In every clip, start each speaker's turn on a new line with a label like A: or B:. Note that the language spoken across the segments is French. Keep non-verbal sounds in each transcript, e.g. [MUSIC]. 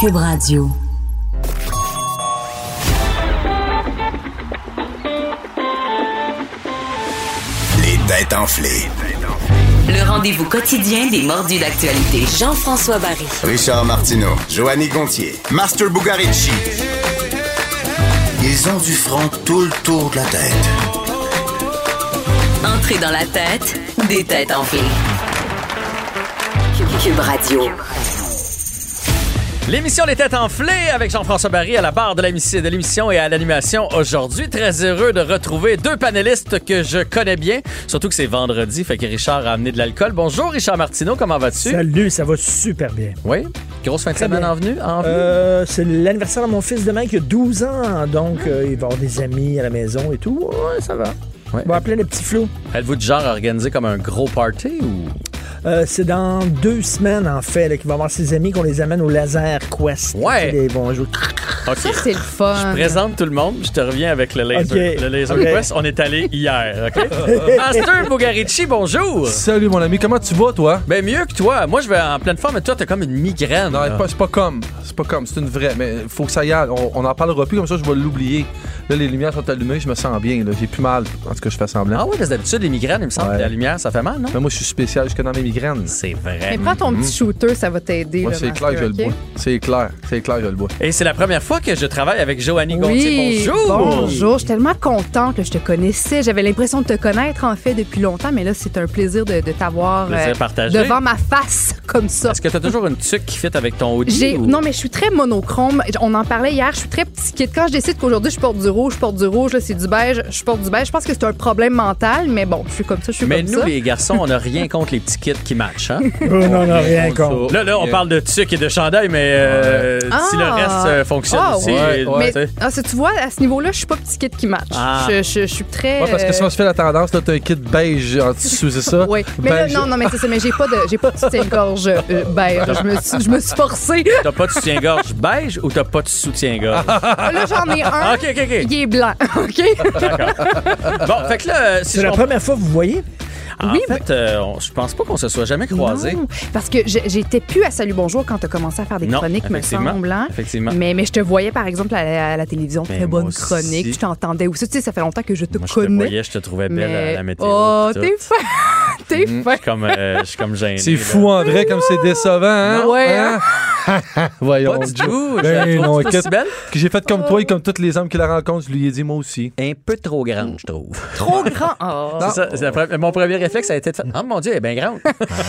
A: Cube Radio.
B: Les têtes enflées.
A: Le rendez-vous quotidien des mordus d'actualité. Jean-François Barry.
B: Richard Martineau, Joanny Gontier, Master Bugarici. Ils ont du front tout le tour de la tête.
A: Entrée dans la tête des têtes enflées. Cube Radio.
C: L'émission Les Têtes Enflées avec Jean-François Barry à la barre de l'émission de l'émission et à l'animation aujourd'hui. Très heureux de retrouver deux panélistes que je connais bien, surtout que c'est vendredi, fait que Richard a amené de l'alcool. Bonjour Richard Martineau, comment vas-tu?
D: Salut, ça va super bien.
C: Oui, grosse fin de
D: Très
C: semaine
D: bien.
C: en venue. En venue.
D: Euh, c'est l'anniversaire de mon fils demain qui a 12 ans, donc euh, il va avoir des amis à la maison et tout. Ouais, ça va.
C: Ouais.
D: On va appeler le petit flou.
C: Êtes-vous du genre à organiser comme un gros party
D: [LAUGHS]
C: ou...
D: Euh, c'est dans deux semaines, en fait, là, qu'il va avoir ses amis qu'on les amène au Laser Quest.
C: Ouais.
D: Tu sais, Ils
C: [LAUGHS]
D: vont jouer.
C: Ok.
E: Ça, c'est le fun.
C: Présente tout le monde, je te reviens avec le laser.
D: Ok.
C: Le laser
D: Ok.
C: quest, on est allé hier, OK?
D: [LAUGHS]
C: Master Bugarici, bonjour!
F: Salut mon ami, comment tu vas toi?
C: Ben mieux que toi, moi je vais en pleine forme, mais toi t'as comme une migraine.
F: Non,
C: là.
F: c'est pas- c'est pas comme, c'est pas comme, c'est une vraie, mais faut que ça y aille, on, on en parlera plus, comme ça je vais l'oublier. Là les lumières sont allumées, je me sens bien, là, j'ai plus mal, en tout cas je fais semblant.
C: Ah oui, parce que d'habitude, les migraines, il me semble,
F: Ouais.
C: que la lumière, ça fait mal, non?
F: Mais moi je suis spécial jusque dans mes migraines.
C: C'est vrai.
E: Mais prends ton petit shooter, ça va t'aider.
F: Moi
E: là,
F: Mm. c'est clair que je
E: Mathieu,
F: le bois,
E: ok?
F: c'est clair, c'est clair que je le bois.
C: Et c'est la première fois que je travaille avec Joanny
E: Oui,
C: Gontier. Bonjour!
E: bonjour. Je suis tellement contente que je te connaissais. J'avais l'impression de te connaître, en fait, depuis longtemps, mais là, c'est un plaisir de, de t'avoir euh,
C: Plaisir partagé.
E: devant ma face, [LAUGHS] comme ça.
C: Est-ce que t'as toujours une tuque qui fit avec ton hoodie?
E: J'ai-
C: ou-
E: Non, mais je suis très monochrome. On en parlait hier. Je suis très petit kid. Quand je décide qu'aujourd'hui, je porte du rouge, je porte du rouge, là, c'est du beige, je porte du beige, je pense que c'est un problème mental, mais bon, je suis comme ça, je suis
C: Mais
E: comme
C: nous,
E: ça.
C: les garçons, on n'a
E: [LAUGHS]
C: rien contre les petits kits qui matchent. Hein?
D: Oh, non, non, rien contre.
C: Là, là, on
F: Euh,
C: parle de tuque et de chandail, mais euh,
E: Ah.
C: si le reste euh, fonctionne
E: Ah,
C: aussi,
F: ouais,
C: euh,
E: Mais
C: tu sais.
E: ah, c'est- tu vois, à ce niveau-là, je suis pas petit kid qui match.
C: Ah.
E: Je, je- je suis très.
F: Ouais, parce que si on se fait la tendance, là t'as un kit beige en dessous,
C: [LAUGHS]
F: c'est ça? Ben,
E: Oui, mais
C: Ben,
E: là,
F: Beige.
E: non, non, mais c'est ça, mais j'ai pas de, j'ai pas de soutien-gorge euh, beige. Je me suis, je me suis forcée.
C: T'as pas de soutien-gorge beige ou t'as pas de soutien-gorge?
E: Ah,
C: Ah,
E: Là, j'en ai un.
C: OK, OK, OK.
E: Il est blanc, [LAUGHS] OK?
C: Bon, fait que là, euh, si
D: C'est
C: je
D: la
C: comprends-
D: première fois que vous voyez.
C: En
E: Oui,
C: fait, euh, on- je pense pas qu'on se soit jamais croisés.
E: Non, parce que je- j'étais plus à Salut Bonjour quand t'as commencé à faire des
C: Non,
E: chroniques, me
C: effectivement.
E: semble. hein?
C: Effectivement.
E: Mais, mais je te voyais, par exemple, à la, à la télévision.
C: Mais
E: Très bonne
C: Ben, moi aussi.
E: chronique. Je t'entendais aussi. Tu sais, ça fait longtemps que je te
C: Moi, je te
E: connais.
C: voyais, je te trouvais belle à la météo.
E: Oh,
C: pis tout.
E: t'es fin! t'es
C: [LAUGHS] Je
E: fin! [LAUGHS]
C: suis comme, euh, je suis comme gêné.
F: C'est
C: là.
F: fou en vrai comme c'est décevant, hein?
E: Ouais,
F: Hein? [LAUGHS] Voyons.
C: Pas du
F: Joe.
C: tout. Oh.
F: Ben
C: je la
F: non,
C: trouve pas
F: écoute.
C: si belle.
F: Que j'ai fait comme toi et comme toutes les hommes qui la rencontrent, je lui ai dit moi aussi.
C: Un peu trop grande, je trouve.
E: Trop grand! Oh.
C: C'est ça, c'est la pre- mon premier réflexe ça a été de faire Oh mon Dieu, elle est bien grande.
F: [LAUGHS]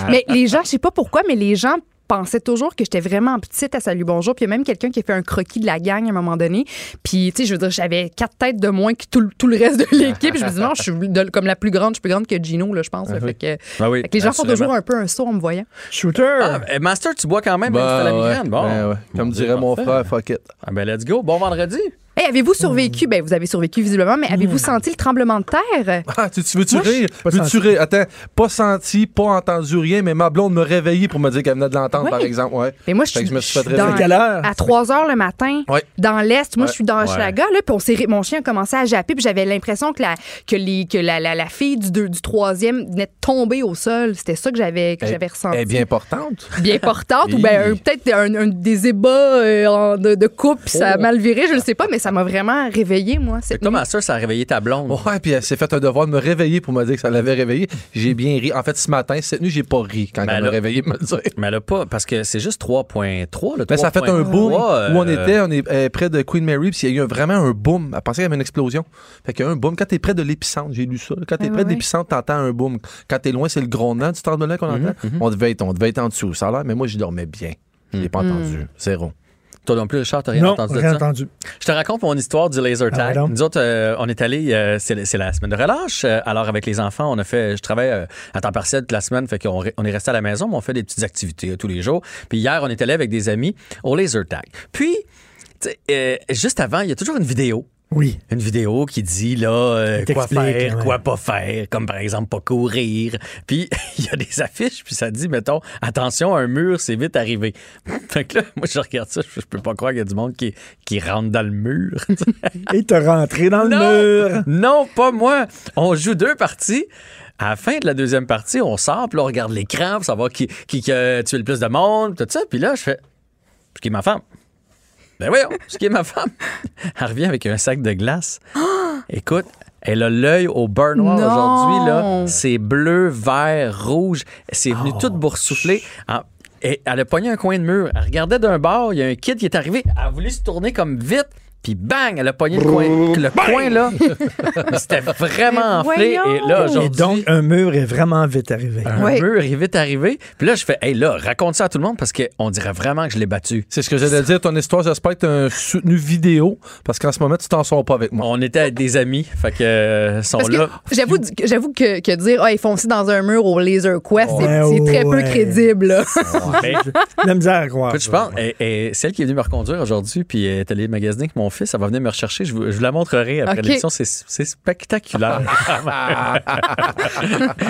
E: Mais les gens, je sais pas pourquoi, mais les gens pensaient toujours que j'étais vraiment petite à Salut Bonjour. Puis il y a même quelqu'un qui a fait un croquis de la gang à un moment donné. Puis, tu sais, je veux dire, j'avais quatre têtes de moins que tout, le- tout le reste de l'équipe. Je me dis, non, je suis de- comme la plus grande, je suis plus grande que Gino, là, je pense. là. fait que,
C: Ben oui,
E: fait que les gens font
C: absolument.
E: toujours un peu un saut en me voyant.
D: Shooter.
C: Ah, eh, Master, tu bois quand même, même si t'as
F: Ben
C: la
F: ouais,
C: migraine. Bon.
F: ben ouais. Comme
C: Dieu,
F: dirait mon
C: parfait.
F: frère, fuck it.
C: Ah ben let's go. Bon vendredi.
E: Hey, avez-vous survécu? Ben, vous avez survécu visiblement, mais avez-vous
C: Hmm.
E: senti le tremblement de terre?
F: Ah, tu, tu veux-tu
D: Moi,
F: rire?
D: pas
F: Veux-tu
D: senti.
F: rire? Attends, pas senti, pas entendu rien, mais ma blonde me réveillait pour me dire qu'elle venait de l'entendre,
E: Ouais.
F: par exemple. Ouais.
E: Mais moi, je
F: Fait que
E: suis
F: je me suis
E: je suis
F: fait réveiller.
E: dans-
D: À quelle heure?
E: À 3 h le matin,
F: Ouais.
E: dans l'Est. Moi,
F: Ouais.
E: je suis dans Hochelaga, là, puis on s'est ré- mon chien a commencé à japper, puis j'avais l'impression que la, que les, que la, la, la fille du, deux- du troisième venait de tomber au sol. C'était ça que j'avais, que
F: Elle-
E: j'avais ressenti.
F: Elle est Eh, bien portante.
E: Bien portante, ou ben,
F: Hi. [LAUGHS]
E: un- peut-être un, un des ébats euh, en- de, de couple, puis ça a
F: Oh.
E: mal viré, je ne sais pas, mais ça m'a vraiment réveillée, moi. cette
C: Fait que toi,
E: nuit.
C: Master, ça a réveillé ta blonde.
F: Mm-hmm. Ouais, puis elle s'est fait un devoir de me réveiller pour me dire que ça l'avait réveillée. J'ai bien ri. En fait, ce matin, cette nuit, j'ai pas ri quand
C: Ben
F: elle
C: là-
F: m'a réveillé pour me le dire.
C: Mais elle a pas, parce que c'est juste 3.3. le
F: Mais Ben, ça a fait un
C: 3.3,
F: boom
C: euh,
F: où on était, on est euh, près de Queen Mary, puis il y a eu un- vraiment un boom. Elle pensait qu'il y avait une explosion. Fait qu'il y a eu un boom. Quand t'es près de l'épicentre, j'ai lu ça. là, Quand t'es
E: Ouais,
F: près
E: ouais,
F: de l'épicentre, t'entends un boom. Quand t'es loin, c'est le grondement du mhm. tremblement qu'on entend. On devait être, on devait être en dessous. Ça a l'air, mais moi, je dormais bien. Je l'ai pas entendu. Zéro.
C: Toi non plus, Richard, t'as rien
D: non,
C: entendu de
D: rien
C: ça?
D: entendu.
C: Je te raconte mon histoire du laser
D: Ah ouais,
C: tag.
D: donc.
C: Nous autres, euh, on est allés, euh, c'est c'est la semaine de relâche. euh, alors, avec les enfants, on a fait, je travaille euh, à temps partiel toute la semaine, fait qu'on re- on est resté à la maison, mais on fait des petites activités euh, tous les jours. Puis hier, on est allé avec des amis au laser tag. Puis, tu sais, euh, juste avant, il y a toujours une vidéo
D: Oui.
C: une vidéo qui dit là euh,
D: Qui
C: quoi
D: t'explique,
C: faire,
D: ouais.
C: quoi pas faire, comme par exemple pas courir. Puis [LAUGHS] il y a des affiches puis ça dit mettons attention un mur c'est vite arrivé. [LAUGHS] fait que là moi je regarde ça je, je peux pas croire qu'il y a du monde qui qui rentre dans le mur. [LAUGHS]
D: Et te rentrer dans le mur.
C: Ah. non, [LAUGHS] non pas moi. On joue deux parties. À la fin de la deuxième partie, on sort, puis là, on regarde l'écran pour savoir qui, qui, qui a tué le plus de monde, puis tout ça. Puis là, je fais ce qui est ma femme. Ben voyons, ce qui est ma femme. Elle revient avec un sac de glace. Écoute, elle a l'œil au beurre noir
E: Non.
C: aujourd'hui. là. C'est bleu, vert, rouge. C'est venu toute tout boursouflé. En- et elle a pogné un coin de mur. Elle regardait d'un bord, il y a un kid qui est arrivé. Elle a voulu se tourner comme vite. Puis bang, elle a pogné le coin, le coin là. Mais C'était vraiment
E: Mais
C: enflé.
E: voyons.
C: Et là,
D: Et
C: aujourd'hui, Ah.
D: donc, un mur est vraiment vite arrivé.
C: un
E: Ouais.
C: mur est vite arrivé. Puis là, je fais, hey là, raconte ça à tout le monde parce qu'on dirait vraiment que je l'ai battu.
F: C'est ce que j'allais dire, ton histoire, j'espère que t'as un soutenu vidéo, parce qu'en ce moment, tu t'en sors pas avec moi.
C: On était avec des amis, fait que euh, sont
E: Parce que
C: là.
E: j'avoue j'avoue que, que dire ah ils font aussi dans un mur au Laser Quest, c'est-
D: Ouais,
E: c'est très peu
D: ouais.
E: crédible. là.
C: Mais,
D: La misère à croire.
C: écoute, je
D: ça.
C: pense, et, et celle qui est venue me reconduire aujourd'hui, puis elle est allée magasiner avec mon fils, elle va venir me rechercher. Je vous, je vous la montrerai après
E: Ok.
C: l'émission. C'est, c'est
E: [LAUGHS]
C: spectaculaire.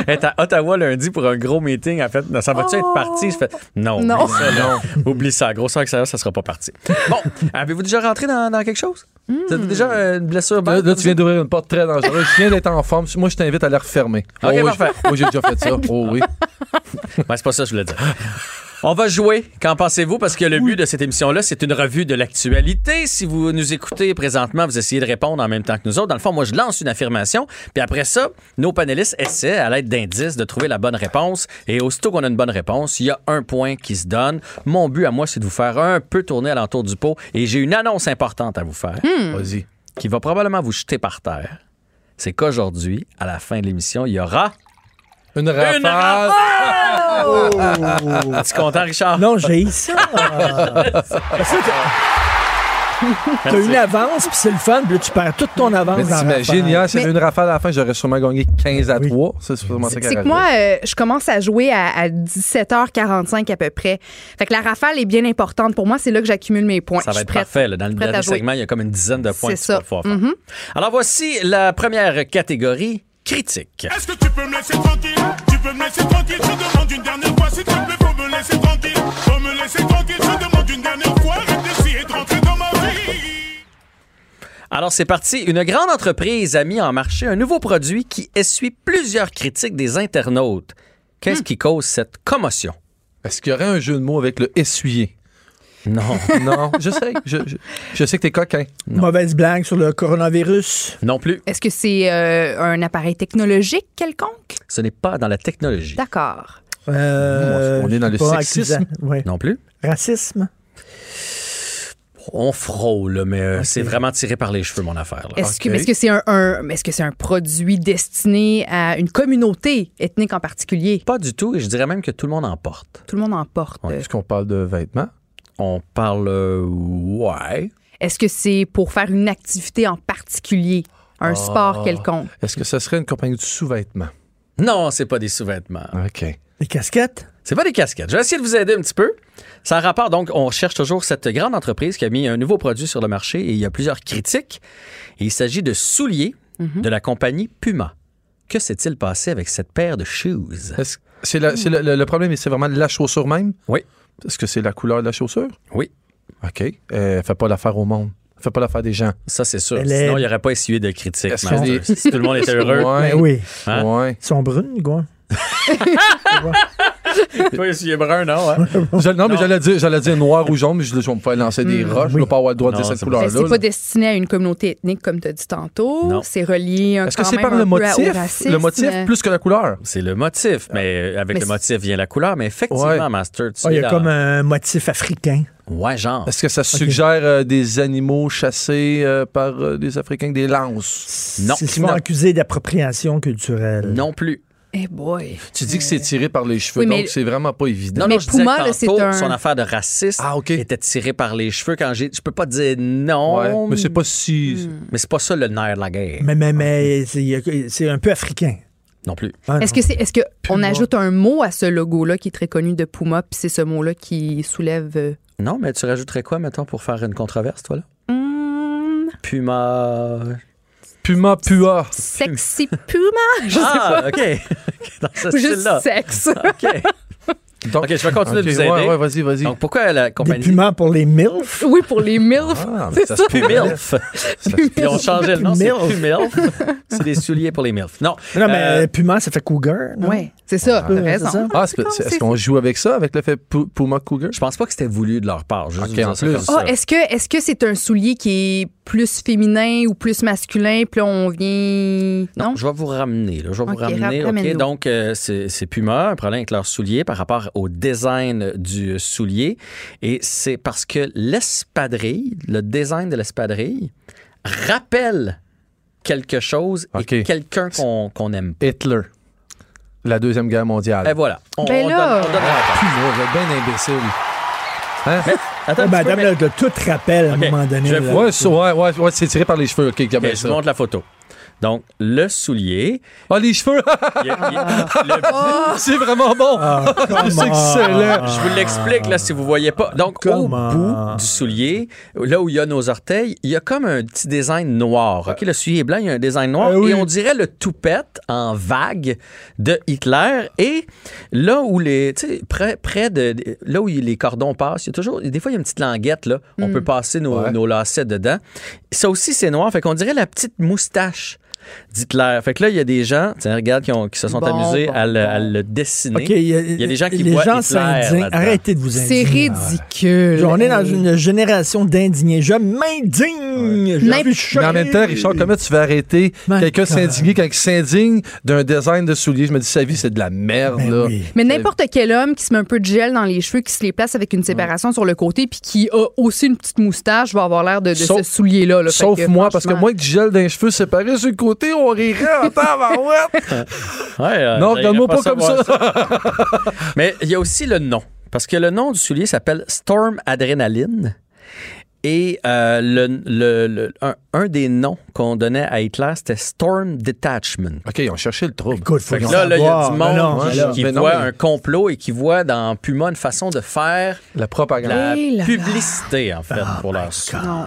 C: elle est à Ottawa lundi pour un gros meeting. En fait, ça va-tu être parti? Je fais, non.
E: Non.
C: oublie ça, non. Oublie ça. Gros soeur que ça, ça sera pas parti. Bon, avez-vous déjà rentré dans, dans quelque chose?
E: Hmm.
C: Vous avez déjà euh, une blessure?
F: Là,
C: bête?
F: là, tu viens d'ouvrir une porte très dangereuse. Je viens d'être en forme. Moi, je t'invite à la refermer. Oh
C: Ok,
F: oui,
C: parfait.
F: je- Moi, j'ai déjà fait ça. Oh oui.
C: Ben, c'est pas ça que je voulais dire. On va jouer. Qu'en pensez-vous? Parce que le but de cette émission-là, c'est une revue de l'actualité. Si vous nous écoutez présentement, vous essayez de répondre en même temps que nous autres. Dans le fond, moi, je lance une affirmation. Puis après ça, nos panélistes essaient, à l'aide d'indices, de trouver la bonne réponse. Et aussitôt qu'on a une bonne réponse, il y a un point qui se donne. Mon but à moi, c'est de vous faire un peu tourner alentour du pot. Et j'ai une annonce importante à vous faire
F: Vas-y.
C: qui va probablement vous jeter par terre. C'est qu'aujourd'hui, à la fin de l'émission, il y aura...
F: Une rafale.
C: Es-tu content, Richard?
D: Non, j'ai eu ça. Parce que T'as t'as une avance, puis c'est le fun, puis là, tu perds toute ton avance.
F: Mais
D: dans la
F: t'imagines,
D: rafale.
F: hier, s'il y avait
E: Mais-
F: une rafale à la fin, j'aurais sûrement gagné 15 à
D: Oui.
F: 3. C'est sûrement ça qui
E: C'est que
F: arrive.
E: moi, euh, je commence à jouer à, à 17h45 à peu près. Fait que la rafale est bien importante. Pour moi, c'est là que j'accumule mes points.
C: Ça
E: Je
C: va
E: suis
C: être
E: prête.
C: parfait. là. Dans le
E: prête à
C: dernier
E: jouer.
C: segment, il y a comme une dizaine de points.
E: C'est
C: que tu
E: ça.
C: peux
E: Mm-hmm.
C: pouvoir faire. Alors voici la première catégorie critique.
G: Est-ce que tu peux me laisser tranquille Tu peux me laisser tranquille Je demande une dernière fois, s'il te plaît, faut me laisser tranquille. Faut me laisser tranquille, je demande une dernière fois. Arrête d'essayer de rentrer dans ma vie.
C: Alors c'est parti. Une grande entreprise a mis en marché un nouveau produit qui essuie plusieurs critiques des internautes.
E: Hmm.
C: Qu'est-ce qui cause cette commotion?
F: Est-ce qu'il y aurait un jeu de mots avec le essuyer?
E: [LAUGHS]
C: Non.
F: Non, [LAUGHS] je sais. Je, je- je sais que t'es coquin.
D: Mauvaise blague sur le coronavirus.
C: non plus.
E: Est-ce que c'est euh, un appareil technologique quelconque?
C: Ce n'est pas dans la technologie.
E: D'accord.
D: Euh,
F: On est dans
D: je
F: le
D: sais pas,
F: sexisme.
D: accusant. Ouais.
C: Non plus.
D: Racisme.
C: On frôle, mais euh, c'est vraiment tiré par les cheveux, mon affaire. là.
E: Est-ce que
F: Ok.
E: mais est-ce que c'est un, un- mais est-ce que c'est un produit destiné à une communauté ethnique en particulier?
C: Pas du tout, et je dirais même que tout le monde en porte.
E: Tout le monde en porte.
F: Est-ce qu'on parle de vêtements?
C: On parle. euh, ouais.
E: Est-ce que c'est pour faire une activité en particulier?
F: Ah.
E: Un sport quelconque?
F: Est-ce que ce serait une compagnie de sous-vêtements?
C: Non, c'est pas des sous-vêtements.
F: OK.
D: Les casquettes.
C: C'est pas des casquettes. Je vais essayer de vous aider un petit peu. Ça a rapport, donc, on cherche toujours cette grande entreprise qui a mis un nouveau produit sur le marché et il y a plusieurs critiques. Et il s'agit de souliers de la compagnie Puma. Que s'est-il passé avec cette paire de shoes?
F: Est-ce- C'est la- c'est le, le- le problème, c'est vraiment la chaussure même?
C: Oui.
F: Est-ce que c'est la couleur de la chaussure?
C: Oui.
F: OK. Euh, fait pas l'affaire au monde. Fait pas l'affaire des gens.
C: Ça, c'est sûr.
D: Elle est-
C: Sinon, il n'y aurait pas essuyé de critiques.
F: Est-ce que
C: Master.
F: des-
C: Si tout le monde était heureux, [LAUGHS]
F: Ouais.
D: Ben oui.
C: Hein?
F: Ouais.
D: Ils sont brunes, quoi.
C: pas essuyé brun, non? hein?
F: Je- non, mais j'allais dire, j'allais dire noir ou jaune, mais je, je vais me faire lancer des roches. Je vais pas avoir le droit de
C: Non,
F: dire cette
C: c'est pas-
E: Fait que
F: couleur-là.
E: Hmm. C'est pas destiné à une communauté ethnique, comme tu as dit
C: Non.
E: tantôt. C'est relié un
F: Est-ce que
E: quand
F: c'est
E: même
F: par
E: un
F: le
E: peu à- au
F: motif?
E: racisme.
F: Le motif plus que la couleur?
C: [LAUGHS] C'est le motif, mais euh, avec
E: Mais
C: le
E: c'est-
C: motif vient la couleur. Mais effectivement,
F: Ouais.
C: Master, tu
D: Ah, il y
C: es
D: a
C: dans-
D: comme un motif africain.
C: Ouais, genre.
F: Est-ce que ça suggère euh, des animaux chassés euh, par euh, des Africains avec des lances?
C: Non.
D: C'est souvent accusé d'appropriation culturelle.
C: Non plus.
E: Eh boy.
F: Tu dis que c'est tiré par les cheveux,
E: Oui, mais-
F: donc c'est vraiment pas évident.
C: Non,
E: Mais
C: non, je disais
E: Puma,
C: que
E: là, c'est
C: tantôt,
E: un-
C: son affaire de raciste
F: Ah, ok.
C: était tirée par les cheveux quand j'ai. Je peux pas dire non,
F: Ouais, mais c'est pas si.
E: Hmm.
C: mais c'est pas ça le nerf de la guerre
D: Mais, mais, mais c'est il y a- c'est un peu africain.
C: non plus.
D: Ah,
E: Est-ce
D: non.
E: que c'est est-ce que on ajoute un mot à ce logo là qui est très connu de Puma puis c'est ce mot là qui soulève euh,
C: Non, mais tu rajouterais quoi, mettons, pour faire une controverse, toi, là?
E: hmm,
C: Puma.
F: Puma pua.
E: sexy Puma, je
C: ah, OK. [LAUGHS] Dans ce
E: sais juste
C: style-là.
E: sexe. [LAUGHS]
C: OK.
F: Donc,
C: Ok, je vais continuer de
F: ok,
C: vous aider.
F: Ouais, ouais, vas-y, vas-y.
C: Donc, pourquoi la
D: Des
C: compagnie.
D: puments pour les MILF?
E: oui, pour les MILF.
F: Ah, mais
E: c'est
F: ça
E: ça.
F: se
E: [LAUGHS]
F: peut.
C: Pumilf. [LAUGHS] Ils ont changé le nom, c'est
D: Pumilf.
C: Pumilf. C'est des souliers pour les MILF. Non.
D: Non, mais
C: euh,
D: puma, ça fait cougar. non?
E: Ouais, c'est ça, t'as
D: Ouais, c'est
E: raison.
D: ça.
F: Ah, est-ce que- est-ce qu'on joue avec ça, avec le fait Pu- Puma Cougar?
C: je pense pas que c'était voulu de leur part. Juste
F: Ok,
C: vous dire
F: en
C: ça
F: plus.
C: comme
E: Ah,
C: ça.
E: est-ce que est-ce que c'est un soulier qui est plus féminin ou plus masculin puis là on vient non,
C: Je vais vous ramener. là. Je vais
E: Ok,
C: vous ramener.
E: ra- ramène-nous.
C: OK, donc, euh, c'est c'est Puma, un problème avec leurs souliers par rapport au design du euh, soulier. Et c'est parce que l'espadrille, le design de l'espadrille, rappelle quelque chose et
F: Ok.
C: quelqu'un qu'on qu'on aime.
F: Hitler. La Deuxième Guerre mondiale.
C: Et voilà. On,
E: Ben
C: on
E: là.
C: donne- on donne la réponse.
F: Ah, Puma, vous êtes bien imbécile. Hein?
C: Attends, un petit
D: Ouais, ben,
C: peu,
D: Adam,
C: mais-
D: là, de tout rappel à un
C: Ok,
D: moment donné.
C: je
D: là.
F: Ouais, ça, ouais, ouais, ouais, c'est tiré par les cheveux. Ok, regarde bien
C: Ok, je
F: ça.
C: vous montre la photo. Donc, le soulier.
F: Ah, les cheveux! [LAUGHS]
C: il y a- il y a-
E: [LAUGHS]
C: le-
D: [LAUGHS]
F: c'est vraiment bon! c'est excellent!
C: je vous l'explique là si vous voyez pas. Donc
D: Comment?
C: au bout du soulier, là où il y a nos orteils, il y a comme un petit design noir. Ok, le soulier est blanc, il y a un design noir
D: Ah oui.
C: et on dirait le toupette en vague de Hitler. Et là où les, tu sais, près, près de, là où il- les cordons passent, il y a toujours, des fois il y a une petite languette là, on peut passer nos,
F: Ouais.
C: nos lacets dedans. Ça aussi c'est noir, fait qu'on dirait la petite moustache. d'Hitler. Fait que là, il y a des gens, tiens, regarde, qui, ont- qui se sont
E: Bon,
C: amusés
E: bon,
C: à, le, à
E: bon.
C: le dessiner.
D: OK, il y a,
C: Il y a des gens qui
D: les
C: voient
D: gens
C: Hitler
D: s'indignent.
C: là-dedans.
D: Arrêtez de vous
E: c'est
D: indigner.
E: ridicule.
D: On est ah. dans une génération d'indignés. Je m'indigne. Je
E: Mais-
D: suis choqué.
F: Mais en même temps, Richard, comment tu vas arrêter
D: My
F: quelqu'un
D: God.
F: s'indigner quand il s'indigne d'un design de souliers? Je me dis, sa vie, c'est de la merde,
D: Ben
F: là.
D: oui.
E: Mais n'importe quel homme qui se met un peu de gel dans les cheveux, qui se les place avec une séparation sur le côté, puis qui a aussi une petite moustache, va avoir l'air de, de
F: Sauf-
E: ce soulier-là. là. Fait
F: Sauf
E: que,
F: moi, parce que
E: franchement-
F: moi, avec du gel d'un cheveu séparé sur le côté, on rirait en temps
C: [LAUGHS] Ouais, euh,
F: Non,
C: ça irait
F: regarde-moi pas comme
C: voir
F: ça.
C: Mais il y a aussi le nom. Parce que le nom du soulier s'appelle Storm Adrenaline. Et euh, le, le- le- un, un des noms qu'on donnait à Hitler, c'était Storm Detachment.
F: [LAUGHS] OK, on cherchait le trouble.
D: Écoute, faut
C: Fait que
D: qu'on
C: là, là, il y a
D: savoir.
C: du
D: Mais non,
C: monde hein.
D: mais
C: qui-
D: là.
C: qui
F: mais non,
C: voit
F: mais-
C: un complot et qui voit dans Puma une façon de faire
F: La propagande.
C: la
E: Eh là là.
C: publicité, en fait,
H: Ah,
C: pour leur soulier.
E: Non.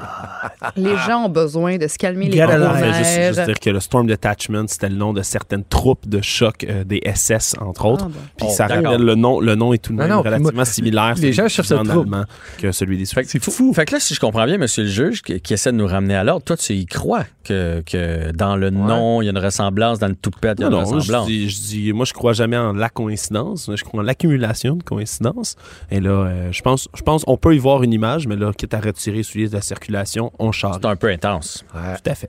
E: Les gens ont besoin de se calmer les
D: Get a
H: On
D: life.
H: fait Ben, juste, juste
E: nerfs.
H: dire que le Storm Detachment, c'était le nom de certaines troupes de choc euh, des SS, entre autres. Puis
C: Oh,
H: ça
C: d'accord.
H: rappelle le nom, le nom est tout de
F: Non,
H: même
F: non, puis
H: relativement
F: moi-
H: similaire.
F: les gens
H: celui
F: cherchent
H: du
F: le
H: en
F: trouble.
H: allemand que celui des
C: Fait que-
F: C'est fou.
C: Fait que là, si je comprends bien, monsieur le juge, qui, qui essaie de nous ramener à l'ordre, toi, tu y crois que, que dans le nom, il y a une ressemblance, dans le toupette, il y a
H: Non,
C: une
H: non, je
C: ressemblance.
H: dis, je dis- moi je crois jamais en la coïncidence, je crois en l'accumulation de coïncidences. Et là, euh, je pense, je pense, on peut y voir une image, mais là, quitte à retirer celui de la circulation, on charge.
C: C'est un peu intense.
H: Tout à fait.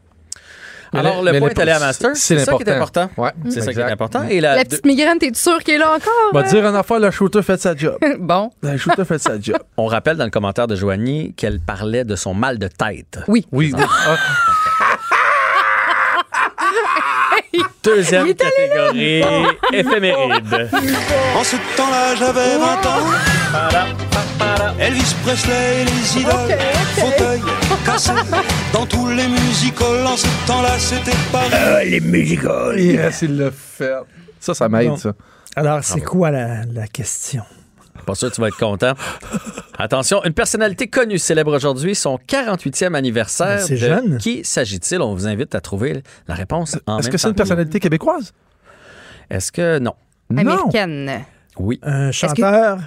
F: Mais
C: Alors,
F: la-
C: le
F: mais
C: point
F: la-
C: est allé à Master.
F: c'est
C: C'est ça qui est
F: l'important.
C: important.
F: Ouais,
C: C'est ça qui est
F: exact. Mm.
C: important. Et
E: La
C: la,
E: petite migraine, t'es sûr qu'elle est là encore?
F: Va dire en affaire, le shooter fait sa job.
E: [LAUGHS]
F: Ben,
E: Bon,
F: Le shooter fait
C: [LAUGHS]
F: sa job.
C: on rappelle dans le commentaire de Joanie qu'elle parlait de son mal de tête.
E: oui.
F: Oui. oui. Ah,
C: Deuxième catégorie,
E: [LAUGHS]
C: éphéméride.
I: En ce temps-là, j'avais 20 ans. Elvis Presley, les idoles, fauteuils cassés dans tous les musicals. En ce temps-là, c'était pareil.
F: [LAUGHS] yes, il Ah, l'a fait. Ça, ça m'aide,
D: Non.
F: ça.
C: Ah
D: Alors, c'est quoi la, la question?
C: Pas sûr que tu vas être content. Attention, une personnalité connue célèbre aujourd'hui son 48e anniversaire.
D: Mais c'est
C: de
D: jeune.
C: Qui s'agit-il? On vous invite à trouver la réponse en
F: Est-ce
C: même
F: que c'est une
C: temps que nous.
F: personnalité québécoise?
C: Est-ce que non?
E: Américaine.
C: Oui.
D: Un chanteur?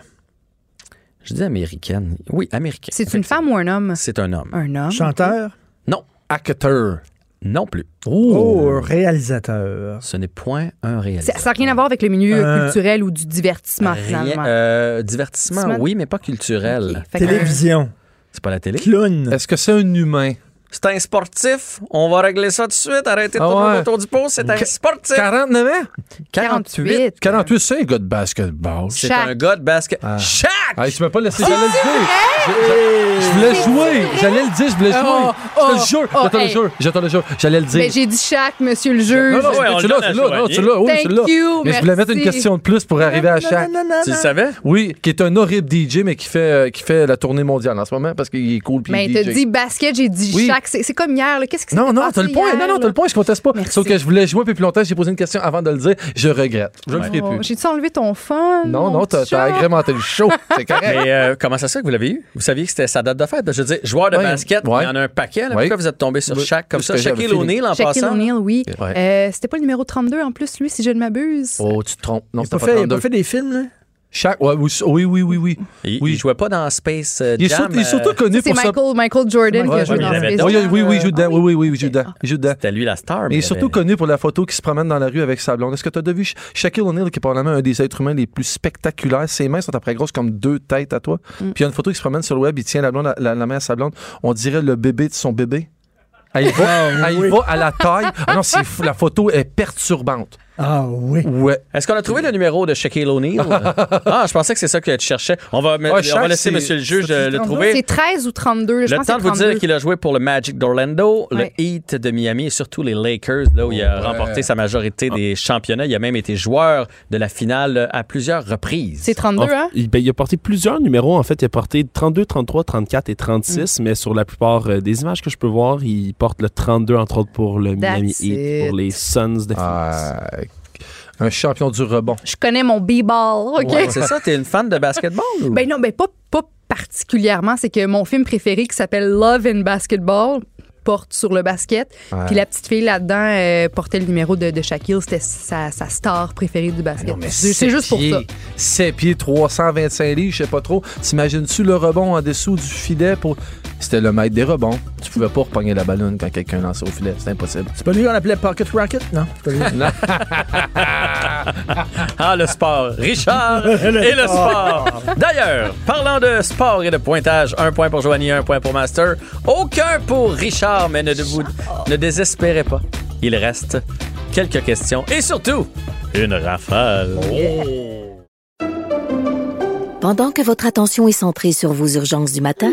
C: Je dis américaine. Oui, américaine.
E: C'est une femme ou un homme?
C: C'est un homme.
E: Un homme.
D: Chanteur?
C: Non,
F: Acteur.
C: non plus.
D: Oh, réalisateur.
C: Ce n'est point un
E: Ça
C: réalisateur.
E: n'a rien à voir avec le milieu
D: Euh,
E: culturel ou du divertissement,
C: Rien,
E: finalement.
C: euh, divertissement,
E: Divertissement.
C: oui, mais pas culturel.
E: Ok. Fait que-
D: Télévision.
C: C'est pas la télé.
D: Clown.
F: Est-ce que c'est un humain?
C: C'est un sportif. On va régler ça tout de suite. Arrêtez de
F: Ah
C: tourner
F: ouais.
C: autour du pot. C'est un
F: Qu-
C: sportif.
F: 49 ans?
E: 48.
F: 48, c'est un gars de basketball.
C: C'est
E: Shaq.
C: un gars de basket.
F: Ah.
C: Shaq!
F: Ah, tu m'as pas laissé, j'allais le dire. Je- Je je voulais jouer. J'allais le dire, je voulais
E: Oh,
F: jouer.
E: oh,
F: J'étais le jeu.
E: oh,
F: J'attends le
E: hey.
F: jeu. J'attends le jeu. J'allais le
E: Mais
F: dire.
E: j'ai dit chaque, monsieur le juge.
F: Non, non,
C: Ouais, on
F: non, tu
C: le donne
F: l'as,
C: à
F: tu l'as, non,
C: Joanie.
F: tu l'as, oui,
E: Thank
F: tu l'as.
E: you,
F: Mais je voulais mettre
E: merci.
F: une question de plus pour arriver à Shaq.
C: Tu le savais?
F: Oui, qui est un horrible DJ, mais qui fait, euh, qui fait la tournée mondiale en ce moment parce qu'il est cool. puis
E: Mais
F: il
E: t'as
F: DJ.
E: dit basket, j'ai dit
F: Oui.
E: chaque. C'est c'est comme hier, là. Qu'est-ce que c'est?
F: Non, non, t'as le point. Non, non, t'as le point, je conteste pas.
E: Merci.
F: Sauf que je voulais jouer depuis plus longtemps, j'ai posé une question avant de le dire. Je regrette. Je le ferai plus.
E: J'ai-tu enlevé ton fun?
F: Non,
E: Oh, mon
F: non, t'as
E: petit
F: t'as
E: chat?
F: agrémenté le
E: [LAUGHS]
F: show. C'est correct.
C: Mais euh, comment ça se fait que vous l'avez eu? Vous saviez que c'était sa date de fête? Je veux dire, joueur de
F: Ouais.
C: basket,
F: Ouais.
C: il y en a un paquet. là.
F: Ouais.
C: Pourquoi vous êtes tombé sur
F: Ouais.
C: Shaq comme
F: Parce
C: ça?
F: que j'avais
C: Shaquille
F: fini.
C: O'Neal en
E: Shaquille
C: passant?
E: O'Neal, oui.
F: Ouais.
E: Euh, C'était pas le numéro 32 en plus, lui, si je ne m'abuse.
F: Oh, tu te trompes. Non,
D: Il a
F: c'est
D: pas fait, il a
F: pas
D: pas fait des films, là?
F: Chaque... Ouais, oui, oui, oui, oui, oui.
C: Il,
F: Oui.
C: il jouait pas dans Space euh, Jam.
F: Il est, surtout- il est surtout
C: euh,
F: connu
E: C'est
F: pour ça.
E: Michael, Michael Jordan qui a
F: Ouais,
E: joué
C: mais il
E: dans
C: avait
E: Space
C: d'autres.
F: Oui,
E: Jam,
F: oui, oui,
E: euh,
C: ah
F: il joue dedans. Oui, oui, oui, il joue dedans. Il joue dedans.
C: C'était lui la star. euh,
F: Mais
C: il
F: il est surtout
C: avait-
F: connu pour la photo qui se promène dans la rue avec sa blonde. Est-ce que tu as déjà vu Sha- Shaquille O'Neal, qui est probablement un des êtres humains les plus spectaculaires? Ses mains sont après grosses comme deux têtes à toi. Puis il y a une photo qui se promène sur le web, il tient la, blonde, la, la main à sa blonde. On dirait le bébé de son bébé. Elle y va, elle y va à la taille. Ah non, c'est fou, la photo est perturbante.
D: Ah oui.
F: Ouais.
C: Est-ce qu'on a trouvé le numéro de Shaquille
F: [LAUGHS]
C: O'Neal? ah, je pensais que c'est ça que tu cherchais. On va, me-
F: Ah,
C: on va
F: Shaq,
C: laisser
F: c'est-
C: monsieur le juge
F: c'est-
C: euh, le
F: c'est
C: trouver.
E: C'est 13 ou 32, je
C: Le
E: pense
C: temps de vous
E: que c'est
C: dire qu'il a joué pour le Magic d'Orlando,
E: Ouais.
C: le Heat de Miami et surtout les Lakers, là où il a
F: Ouais.
C: remporté sa majorité des championnats. Il a même été joueur de la finale à plusieurs reprises.
E: C'est 32,
H: En-
E: hein?
H: il, ben, il a porté plusieurs numéros, en fait. Il a porté 32, 33, 34 et 36,
E: Mm.
H: mais sur la plupart euh, des images que je peux voir, il porte le 32, entre autres, pour le Miami
E: That's
H: Heat, pour les Suns de Phoenix.
C: Ah,
F: Euh, un champion du rebond.
E: Je connais mon b-ball, OK?
C: Ouais, c'est ça, t'es une fan de basketball? ou?
E: Ben non, ben pas, pas particulièrement. C'est que mon film préféré qui s'appelle Love and Basketball porte sur le basket. Puis la petite fille là-dedans euh, portait le numéro de, de Shaquille. C'était sa, sa star préférée du basket.
F: Ah Non, Oh, mais
E: C'est
F: sept
E: c'est juste pour
F: pieds,
E: ça.
F: 7 pieds, 325 livres, je sais pas trop. T'imagines-tu le rebond en dessous du filet pour. C'était le maître des rebonds. Tu pouvais pas repogner la ballonne quand quelqu'un lançait au filet. C'était impossible.
D: C'est pas lui qu'on appelait Pocket Rocket? Non, c'est pas [LAUGHS] lui.
C: Ah, le sport.
F: [LAUGHS]
C: Richard et le sport. D'ailleurs, parlant de sport et de pointage, un point pour Joanie, un point pour Master. Aucun pour Richard, mais ne, de- vous- ne désespérez pas. Il reste quelques questions et surtout une rafale.
J: Pendant que votre attention est centrée sur vos urgences du matin,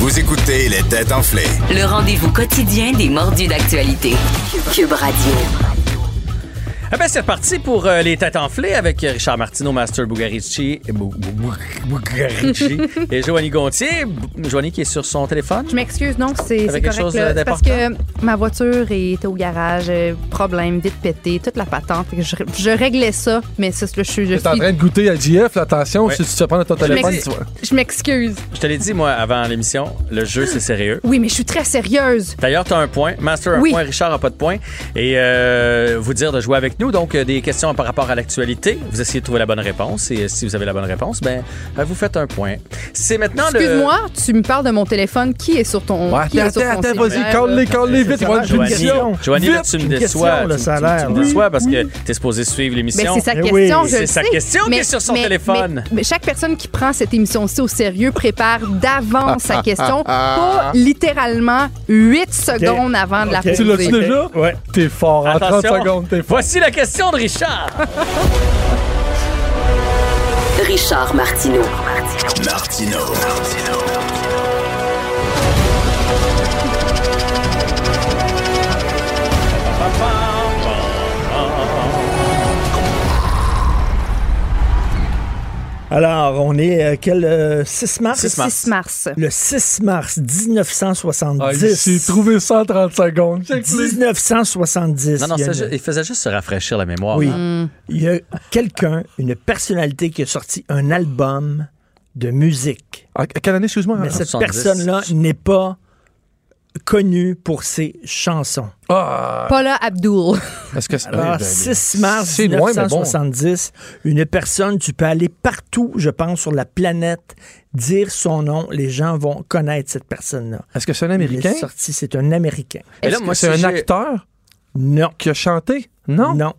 B: Vous écoutez les têtes enflées.
A: Le rendez-vous quotidien des mordus d'actualité. Cube Radio.
C: Ah ben, c'est parti pour euh, les têtes enflées avec Richard Martineau, Master Bugarici, eh, Bou- Bou- Bou-
E: [LAUGHS]
C: Bugarici et Joanie Gontier. B- Joanie qui est sur son téléphone.
E: Je m'excuse, non, c'est c'est
C: quelque
E: correct.
C: chose
F: euh,
E: là. C'est parce
C: d'important?
E: que ma voiture était au garage, euh, problème, vite pété, toute la patente. Fait que Je, je réglais ça, mais c'est je suis. Je,
F: T'es en
E: suis-
F: train de goûter à JF, là, attention,
C: Ouais.
F: si tu te prends ton
E: je
F: téléphone,
E: m'ex-
F: tu vois.
E: je m'excuse.
C: Je te l'ai dit, moi, avant l'émission, le jeu, c'est sérieux.
E: Oui, mais je suis très sérieuse.
C: D'ailleurs, tu as un point. Master a un
E: Oui.
C: point, Richard a pas de point. Et euh, vous dire de jouer avec nous. Donc, euh, des questions par rapport à l'actualité. Vous essayez de trouver la bonne réponse. Et euh, si vous avez la bonne réponse, ben, euh, vous faites un point. C'est maintenant le.
E: Excuse-moi, tu me parles de mon téléphone. Qui est sur ton.
F: Ouais,
E: qui est
F: attends,
E: sur ton
F: attends,
E: cellulaire,
F: vas-y,
E: là?
F: colle-les, colle-les, vite, il va y avoir une
D: Joanie.
F: punition.
C: Joanie, là,
F: Vite.
C: tu me
D: une
C: déçois.
D: question, là,
C: tu,
D: ça a
C: tu- tu
D: l'air,
C: me
D: là.
C: déçois parce que tu es supposé suivre
E: Ben,
C: l'émission.
E: c'est sa
D: Eh oui.
E: question, je
C: C'est
E: le
C: sa
E: sais.
C: question qui est sur son téléphone.
E: mais chaque personne qui prend cette émission-ci au sérieux prépare d'avance sa question, pas littéralement 8 secondes avant de la
D: Ok.
E: poser.
F: Tu l'as-tu déjà?
D: Ouais.
F: T'es fort, en 30
C: Attention.
F: secondes, t'es fort.
C: Voici la question de Richard.
A: Richard Martineau.
B: Euh, Martino.
D: Alors, on est euh, quel euh, 6 mars?
C: 6
E: Le
C: mars.
E: 6 mars.
D: Le 6 mars 1970.
F: Ah, il s'est trouvé ça en 30 secondes.
D: 1970.
C: Non, non,
D: il, y a
C: c'est ju-
D: une-
C: il faisait juste se rafraîchir la mémoire.
D: Oui.
C: hein.
D: il y a quelqu'un, une personnalité qui a sorti un album de musique.
F: Ah, quelle année, excuse-moi?
D: Mais
F: Ah,
D: cette
C: 70.
D: personne-là n'est pas connu pour ses chansons.
F: Ah!
E: Paula Abdul.
F: Est-ce que c'est.
D: Alors,
F: Eh ben,
D: 6 Ah, mars
F: c'est loin, mais bon.
D: 1970, une personne, tu peux aller partout, je pense, sur la planète, dire son nom, les gens vont connaître cette personne-là.
F: Est-ce que c'est
D: Il
F: un Américain?
D: est sorti, c'est un Américain.
C: Et là,
F: Est-ce
C: moi,
F: que c'est
C: si
F: un
C: j'ai-
F: acteur
D: Non.
F: qui a chanté? Non?
D: Non.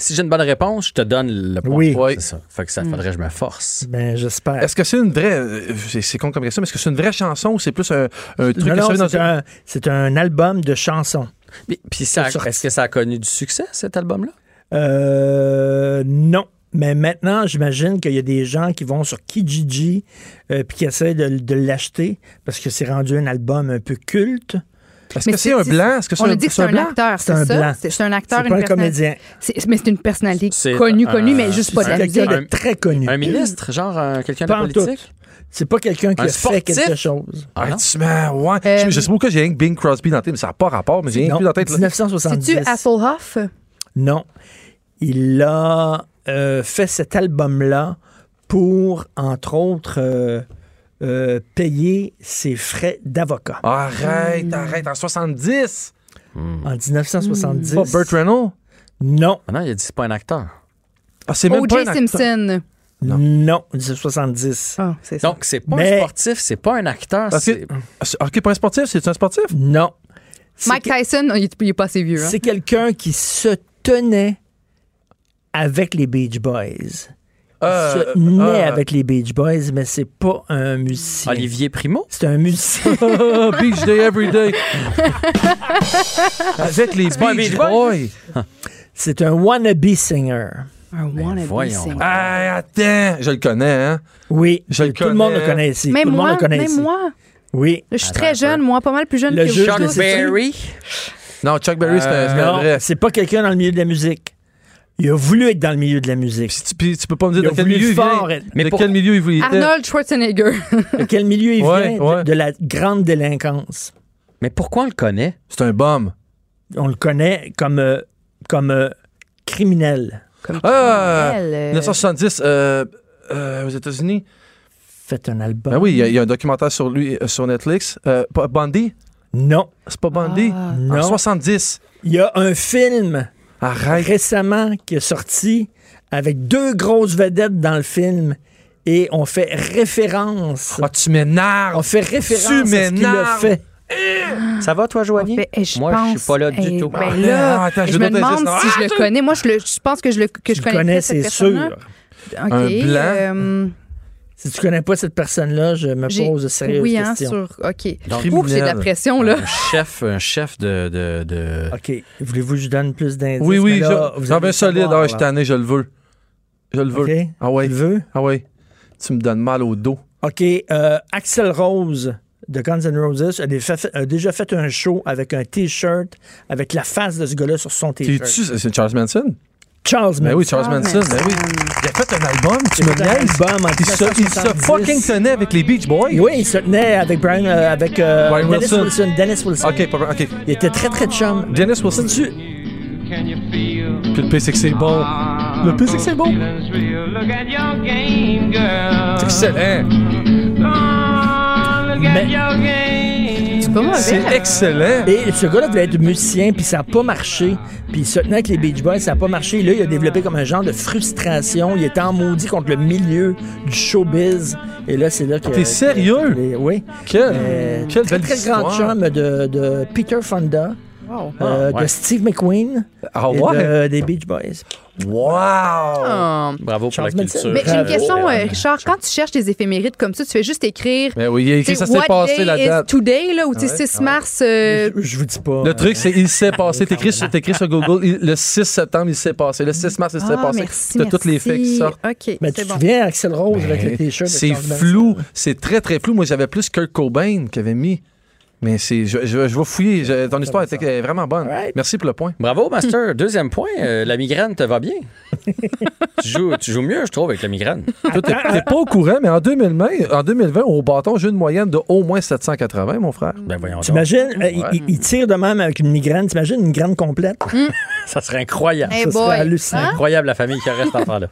C: Si j'ai une bonne réponse, je te donne le point.
D: Oui.
C: C'est ça. Fait que ça faudrait que je me force.
D: Ben, j'espère.
F: Est-ce que c'est une vraie. euh, C'est c'est con comme question, mais est-ce que c'est une vraie chanson ou c'est plus un, un truc
D: Non,
F: qui
D: non,
F: est sorti dans
D: c'est un, c'est un album de chansons.
C: Puis, puis ça-
D: C'est sorti.
C: est-ce que ça a connu du succès, cet album-là?
D: Euh, non. Mais maintenant, j'imagine qu'il y a des gens qui vont sur Kijiji euh, puis qui essaient de, de l'acheter parce que c'est rendu un album un peu culte.
F: Est-ce
E: Mais
F: que c'est
E: c'est-
F: un
E: c'est-
F: blanc? Est-ce que c'est
E: On
F: un,
E: a dit que c'est
F: c'est
E: un,
F: blanc?
E: acteur,
D: C'est
E: c'est
D: un
E: ça?
D: blanc.
E: C'est c'est un acteur,
D: C'est pas
E: une
D: un
E: personnali-
D: comédien.
E: C'est- Mais c'est une personnalité
C: C'est
E: connue,
C: un-
E: connue, mais juste pas de
D: Ah, C'est
E: la
D: quelqu'un
E: musique.
D: de très connu.
C: Un ministre, genre un- quelqu'un de
D: Mm. Pas en
C: politique?
D: C'est pas quelqu'un qui
C: Un
D: a fait
C: sportif?
D: quelque chose.
C: Ah
F: Ah,
C: non?
F: tu m'as- ouais. Je-
E: Euh,
F: je, sais pas pourquoi j'ai rien que Bing Crosby dans la tête, mais ça n'a pas rapport, mais j'ai rien
D: Non,
F: que lui dans la tête. là.
E: C'est-tu
D: 1970.
E: Hasselhoff?
D: Non. Il a euh, fait cet album-là pour, entre autres, euh, euh, payer ses frais d'avocat.
F: Arrête, arrête, en 70!
D: En 1970.
F: Pas Burt Reynolds?
D: Non,
C: Ah non, il a dit c'est pas un acteur.
F: Ah, c'est même pas un
E: O.J.
F: acteur.
E: Simpson.
D: non, non 1970.
E: Ah, c'est ça.
C: Donc, c'est pas
D: Mais-
C: un sportif, c'est pas un acteur.
F: Parce
C: c'est-
F: que- Ok, pas un sportif, Ah, c'est un sportif?
D: Non.
E: Mike
D: C'est que-
E: Tyson, il est- il est pas assez vieux. hein.
D: C'est quelqu'un qui se tenait avec les Beach Boys. Il
F: Euh,
D: se tenait
F: euh,
D: avec les Beach Boys, mais c'est pas un musicien.
C: Olivier Primo?
D: C'est un
F: [LAUGHS]
D: musicien.
F: Ah, beach Day Every Day. [LAUGHS] Avec les
C: pas un
F: Beach
C: Beach Boy?
F: Boys.
D: c'est un wannabe singer.
E: Un wannabe
C: voyons.
E: singer.
F: Ah, attends, je le connais, hein.
D: Oui,
F: Je le
D: tout le monde le
F: connais.
D: connaît ici.
E: Même
D: tout le monde
E: moi,
D: le connaît
E: même
D: ici.
E: moi.
D: Oui.
E: Je suis très jeune, moi, pas mal plus jeune
D: Le
E: que
D: jeu,
E: vous
D: je
C: Chuck
E: tous.
D: sais.
C: Berry?
F: Non, Chuck Berry, c'est un- c'est un
D: Euh, Non,
F: vrai.
D: c'est pas quelqu'un dans le milieu de la musique. Il a voulu être dans le milieu de la musique.
F: Puis tu, puis tu peux pas me dire
D: Il a
F: de quel
D: voulu
F: milieu il
D: fort
F: vient.
D: être-
C: Mais
F: de
C: pour-
F: quel milieu il voulait.
E: Arnold Schwarzenegger.
D: De quel milieu il
F: Ouais,
D: vient?
F: ouais.
D: De, de la grande délinquance.
C: Mais pourquoi on le connaît?
F: C'est un bum.
D: On le connaît comme, euh, comme euh, criminel.
F: Ah,
E: Elle, euh,
F: 1970, euh, euh, aux États-Unis.
D: Fait un album.
F: Ben oui, il y a- il y, a un documentaire sur lui euh, sur Netflix. Euh, pas Bundy?
D: Non.
F: C'est pas Bundy?
E: Ah.
F: En
D: Non.
F: 70.
D: Il y a un film
F: Arrête.
D: récemment qui est sorti avec deux grosses vedettes dans le film et on fait référence.
F: Ah, tu m'énerves.
D: On fait référence
F: tu
D: à ce qu'il a
F: m'énerves.
D: fait.
C: Ça va, toi, Joanie?
E: ben, eh, je
C: [LAUGHS] Moi, je
E: pense,
C: suis pas là du
E: eh,
C: tout.
E: ben
F: Ah,
E: là,
F: non, attends,
E: je
F: j'ai
E: me
F: d'autres indices,
E: demande
F: non.
E: si je le connais. Moi, je, le, je pense que je, le, que je
D: Tu le
E: connais
D: connais,
E: cette
D: c'est
E: personne-là.
D: sûr.
E: OK,
F: Un blanc.
E: euh,
D: Si tu connais pas cette personne-là, je me
E: j'ai-
D: pose de sérieuses
E: oui, hein,
D: questions.
E: sur... OK.
F: Donc,
E: Ouh, j'ai de la
F: criminel.
E: pression, là.
C: Un chef, un chef de. de, de-
D: OK. Voulez-vous que je donne plus d'indices?
F: Oui, oui,
D: Mais là,
F: je-
D: vous
F: j'en
D: allez
F: veux un solide.
D: savoir,
F: Ah, je suis
D: là.
F: tanné, je le veux. Je le veux.
D: OK.
F: Ah ouais.
D: Tu veux?
F: Ah ouais. Tu me donnes mal au dos.
D: OK. euh, Axel Rose de Guns N' Roses a, des fait- a déjà fait un show avec un T-shirt avec la face de ce gars-là sur son T-shirt.
F: T'es-tu, c'est Charles Manson?
D: Charles
F: Ben oui,
D: Manson.
F: Charles Manson, ben oui. Il a fait un album, tu me
D: Il a fait un
F: niaises. Ben,
D: album en
F: Il se, il se
D: 1970.
F: fucking tenait avec les Beach Boys.
D: Oui, il se tenait avec Brian, euh, avec euh,
F: Brian
D: Dennis
F: Wilson.
D: Wilson. Dennis Wilson.
F: Ok, pas- ok.
D: Il était très très chum.
F: Dennis Wilson. Tu... Puis le pire, c'est que c'est bon. Le pire, c'est que c'est bon. C'est Ah. excellent.
D: Mais-
E: C'est pas mauvais. hein.
F: C'est excellent.
D: et ce gars-là voulait être musicien, puis ça n'a pas marché. Puis il se tenait avec les Beach Boys, ça n'a pas marché. Et là, il a développé comme un genre de frustration. Il était en maudit contre le milieu du showbiz. Et là, c'est là que.
F: T'es sérieux?
D: que- Oui. Euh,
F: Quelle, quelle
D: très,
F: belle
D: très grand
F: histoire.
D: chum de, de Peter Fonda,
E: Wow.
D: euh,
C: ouais.
D: de Steve McQueen
F: Ah
D: et euh, de-
F: ouais?
D: des Beach Boys.
F: Wow!
E: Ah.
C: Bravo pour
D: Charles
C: la
D: Manson.
C: culture.
E: Mais j'ai une
D: Bravo.
E: question, euh, Richard. Quand tu cherches des éphémérides comme ça, tu fais juste écrire.
F: Ben oui, il a écrit
E: tu sais,
F: ça s'est
E: What
F: passé
E: day
F: la
E: is
F: date.
E: Today, là, ou tu sais,
F: Ouais,
E: 6 mars. euh,
D: Je vous dis pas.
F: Le truc, c'est il s'est
D: Ah,
F: passé. T'écris sur, t'écris sur Google, il- le 6 septembre, il s'est passé. Le 6 mars, il s'est
E: ah,
F: passé.
E: merci,
F: T'as toutes les
E: merci.
F: faits qui sortent.
E: OK,
D: Mais tu
E: c'est
D: te
E: bon.
D: souviens, Axel Rose avec le
F: Ben,
D: T-shirt. de
F: C'est
D: Charles Manson?
F: flou. C'est très, très flou. Moi, j'avais plus Kurt Cobain qui avait mis. Mais c'est, je, je- je vais fouiller. Je- ton histoire était est vraiment bonne.
D: Alright.
F: Merci pour le point.
C: Bravo, Master. Deuxième point, euh, la migraine te va bien. tu, joues, tu joues mieux, je trouve, avec la migraine.
F: [LAUGHS] Toi, t'es, t'es pas au courant, mais en 2020, en 2020 au bâton, j'ai une moyenne de au moins 780, mon frère.
C: Ben voyons donc.
D: T'imagines, euh, il- il, il tire de même avec une migraine. T'imagines une migraine complète?
C: Ça serait incroyable.
E: Eh
D: ça serait
E: boy.
D: hallucinant.
E: Hein?
C: Incroyable la famille qui reste enfant là.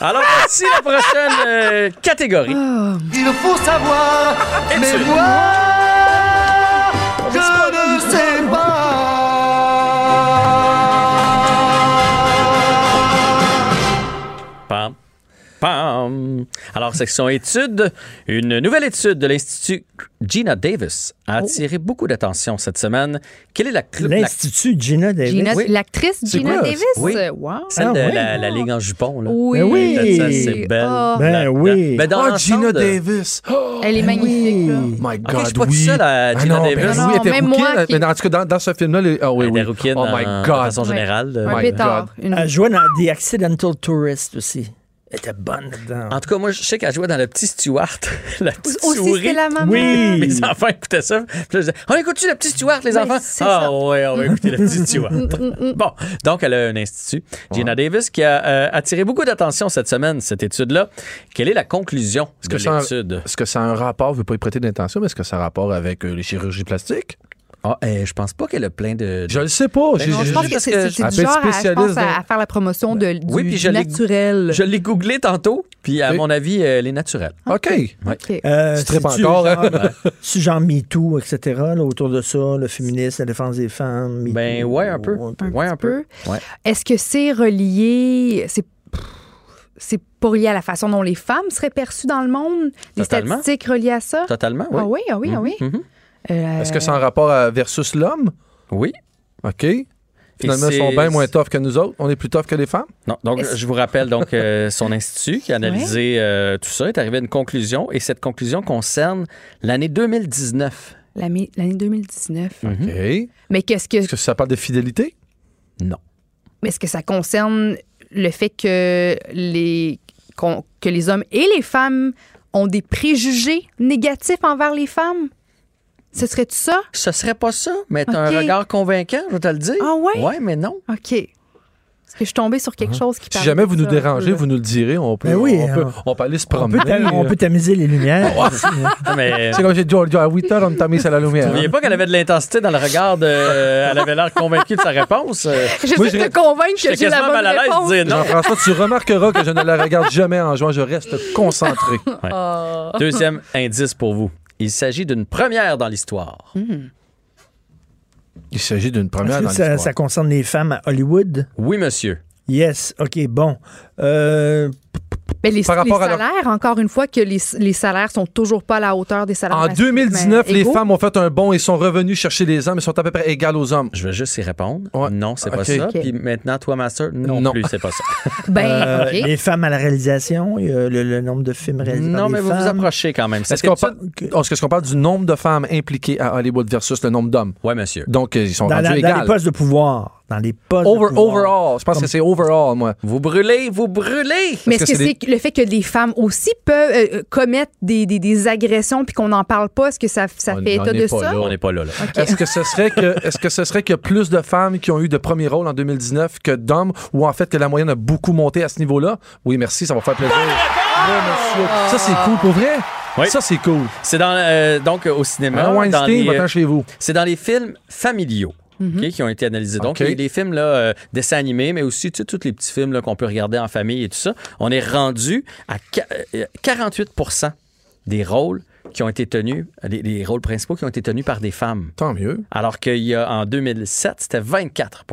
C: Alors, voici la prochaine euh, catégorie.
I: Il faut savoir, mais moi, Je ne sais
C: Pam. Pam. Alors, section études, une nouvelle étude de l'Institut Gina Davis a attiré beaucoup d'attention cette semaine. Quelle est la, cl- la-
D: L'Institut Gina Davis.
E: Gina-
C: Oui.
E: L'actrice Gina
D: quoi?
E: Davis?
C: Oui.
E: Wow.
C: celle
D: Ah,
C: de
D: ouais.
C: la, la Ligue en jupon? Là.
E: Oui.
D: Ben oui.
C: Peut-être ça, c'est belle.
E: Ah.
D: Ben
C: Là-dedans.
D: oui.
C: Mais dans
F: Oh,
C: l'ensemble,
F: Gina
C: euh,
F: Davis! Oh,
E: Elle est magnifique. là.
F: my
C: je
F: God,
C: suis pas tout
F: oui.
C: seul à
F: Ah
C: Gina
F: non,
C: Davis.
F: Ben, oui, elle
E: Non,
F: était
E: même moi
F: rouquine,
E: qui-
F: mais en tout cas, dans, dans ce film-là, les- ah oui,
C: Elle
F: oui.
C: est rouquine
F: oh
C: en-
F: my
C: Ben, de
F: God!
C: façon générale. euh,
E: Un
F: My
E: pétard. Une-
D: Elle jouait dans The Accidental Tourist aussi. Elle était bonne
F: Ah.
D: dedans.
C: En tout cas, moi, je sais qu'elle jouait dans le petit Stewart, [LAUGHS] la petite
E: Aussi,
C: souris.
E: c'était la maman.
C: [LAUGHS]
D: Oui.
C: Mes enfants écoutaient ça. Puis là, je disais, on écoute-tu le petit Stewart, les
E: Oui,
C: enfants?
E: c'est
C: Ah
E: ça.
C: ouais, on va écouter le
E: [LAUGHS]
C: petit Stewart. bon, donc elle a un institut, Gina Davis, qui a euh, attiré beaucoup d'attention cette semaine, cette étude-là. Quelle est la conclusion
F: Est-ce
C: de
F: que, ça a-
C: l'étude?
F: est-ce que ça a un rapport, je ne veux pas y prêter d'intention, mais est-ce que ça a un rapport avec euh, les chirurgies plastiques?
C: Ah, euh, je pense pas qu'elle a plein de...
F: Je le sais pas. j'ai-
C: non,
E: Je
F: j'ai-
E: pense
F: j'ai-
E: que
C: parce que
E: c'est- c'est
F: je-
E: du genre à, je
F: spécialiste
E: pense,
F: dans-
E: à à faire la promotion de, du,
C: Oui, puis je
E: du
C: l'ai-
E: naturel.
C: Je l'ai googlé tantôt, puis à
F: Oui.
C: mon avis, elle est naturelle.
F: OK.
E: Ok.
D: Euh,
F: Tu tripes
D: c'est-tu
F: encore,
D: genre-
F: hein?
D: C'est genre MeToo, etc., là, autour de ça, le féminisme, la défense des femmes. Me
C: Ben
D: Too,
C: ouais, un peu.
E: Un
C: Ouais,
E: petit
C: un peu. Ouais.
E: Est-ce que c'est relié. C'est c'est pas relié à la façon dont les femmes seraient perçues dans le monde? Les
C: Totalement.
E: statistiques reliées à ça?
C: Totalement, oui.
E: Ah oui, ah oui, ah oui.
C: Mhm.
E: Euh,
F: Est-ce que c'est un rapport à versus l'homme?
C: Oui.
F: OK. Finalement,
C: Et
F: ils sont
C: c'est-
F: bien moins tough que nous autres. On est plus tough que les femmes.
C: Non, donc
E: Est-ce-
C: je vous rappelle donc
E: [LAUGHS]
C: euh, son institut qui a analysé euh, tout ça est arrivé à une conclusion et cette conclusion concerne l'année 2019.
E: l'année l'année 2019.
D: Mhm.
C: Mhm.
F: OK. Est-ce
E: Mais qu'est-ce que
F: que ça parle de fidélité?
C: Non.
E: Mais est-ce que ça concerne le fait que les, qu'on- que les hommes et les femmes ont des préjugés négatifs envers les femmes? Ce serait tout ça?
C: Ce serait pas ça, mais t'as
E: Ok.
C: un regard convaincant, je vais te le dire.
E: Ah ouais?
C: Ouais, mais non.
E: OK. Est-ce que je suis tombée sur quelque chose qui
F: Hein? Si
E: parle
F: jamais
E: de
F: vous nous
E: ça?
F: dérangez, vous nous le direz. On peut,
D: Ben oui,
F: on,
D: hein.
F: peut, on peut aller se
D: On peut,
F: promener. euh.
D: tam- on peut tamiser les lumières.
E: Ah,
C: Non,
E: [LAUGHS]
C: Mais
F: C'est comme j'ai dit, à 8 heures, on me tamise à la lumière.
C: n'oubliez
F: hein.
C: pas qu'elle avait de l'intensité dans le regard de. euh, elle avait l'air convaincue de sa réponse. Euh,
E: [LAUGHS] J'essaie de te convaincre que
C: J'étais
E: [LAUGHS] j'ai la
C: quasiment
E: bonne
C: mal à l'aise
E: réponse.
C: de dire
E: [LAUGHS]
C: non.
F: Jean-François, tu remarqueras que je ne la regarde jamais en jouant. Je reste concentré.
E: [LAUGHS]
C: Deuxième indice pour vous. Il s'agit d'une première dans l'histoire.
E: Hmm?
F: Il s'agit d'une
D: Est-ce
F: première
D: que
F: dans
D: ça,
F: l'histoire.
D: ça concerne les femmes à Hollywood?
C: Oui, monsieur.
D: Yes, OK, bon. Euh,
E: Mais les,
F: Par
E: les
F: rapport à leur-
E: salaires, encore une fois, que les, les salaires sont toujours pas à la hauteur des salaires.
F: En
E: masculins,
F: 2019,
E: Ah, mais
F: les
E: égaux.
F: femmes ont fait un bond et sont revenues chercher les hommes et sont à peu près égales aux hommes.
C: Je vais juste y répondre.
F: Ouais.
C: Non, c'est pas
F: Ok.
C: ça.
E: Ok.
C: Puis maintenant, toi, Master, non,
F: Non.
C: plus, c'est pas ça.
E: Ben,
D: euh,
E: OK.
D: Les femmes à la réalisation, il y a le, le nombre de films réalisés. par
C: non,
D: des
C: mais vous vous
D: femmes.
C: approchez quand même.
F: Est-ce
C: Cette
F: qu'on
C: étude-
F: parle, est-ce qu'on parle du nombre de femmes impliquées à Hollywood versus le nombre d'hommes?
C: Ouais, monsieur.
F: Donc, euh, ils sont
D: Dans,
F: rendus
D: la- dans les
F: égales.
D: postes de pouvoir. Dans les postes de
F: Over-
D: pouvoir.
F: overall, je pense que c'est overall, moi.
C: Vous brûlez, vous brûlez!
E: Mais est-ce
F: Parce
E: que,
F: que
E: c'est
F: c'est
E: le fait que des femmes aussi peuvent euh, euh, commettre des, des, des agressions puis qu'on n'en parle pas? Est-ce que ça, ça
F: On-
E: fait
F: on
E: état
F: est
E: de
F: pas
E: ça?
F: là.
C: On n'est pas là, là.
F: Est-ce que ce serait que
D: [LAUGHS]
F: est-ce que ce serait qu'il y a plus de femmes qui ont eu de premiers rôles en 2019 que d'hommes ou en fait que la moyenne a beaucoup monté à ce niveau-là Oui, merci, ça va faire plaisir. Oui, monsieur. Ça c'est cool pour vrai.
C: Oui.
F: Ça c'est cool.
C: C'est dans, euh, donc euh, au cinéma.
F: Hein,
C: dans
F: Weinstein,
C: les, euh,
F: va-t'en chez vous.
C: c'est dans les films familiaux.
E: Mhm.
C: ok, qui ont été analysés. Donc,
F: Ok.
C: les, les films, là, euh, dessins animés, mais aussi tu sais, tous les petits films là, qu'on peut regarder en famille et tout ça, on est rendu à qua- euh, 48 des rôles qui ont été tenus, les, les rôles principaux qui ont été tenus par des femmes.
F: Tant mieux.
C: Alors qu'il y a en 2007, c'était 24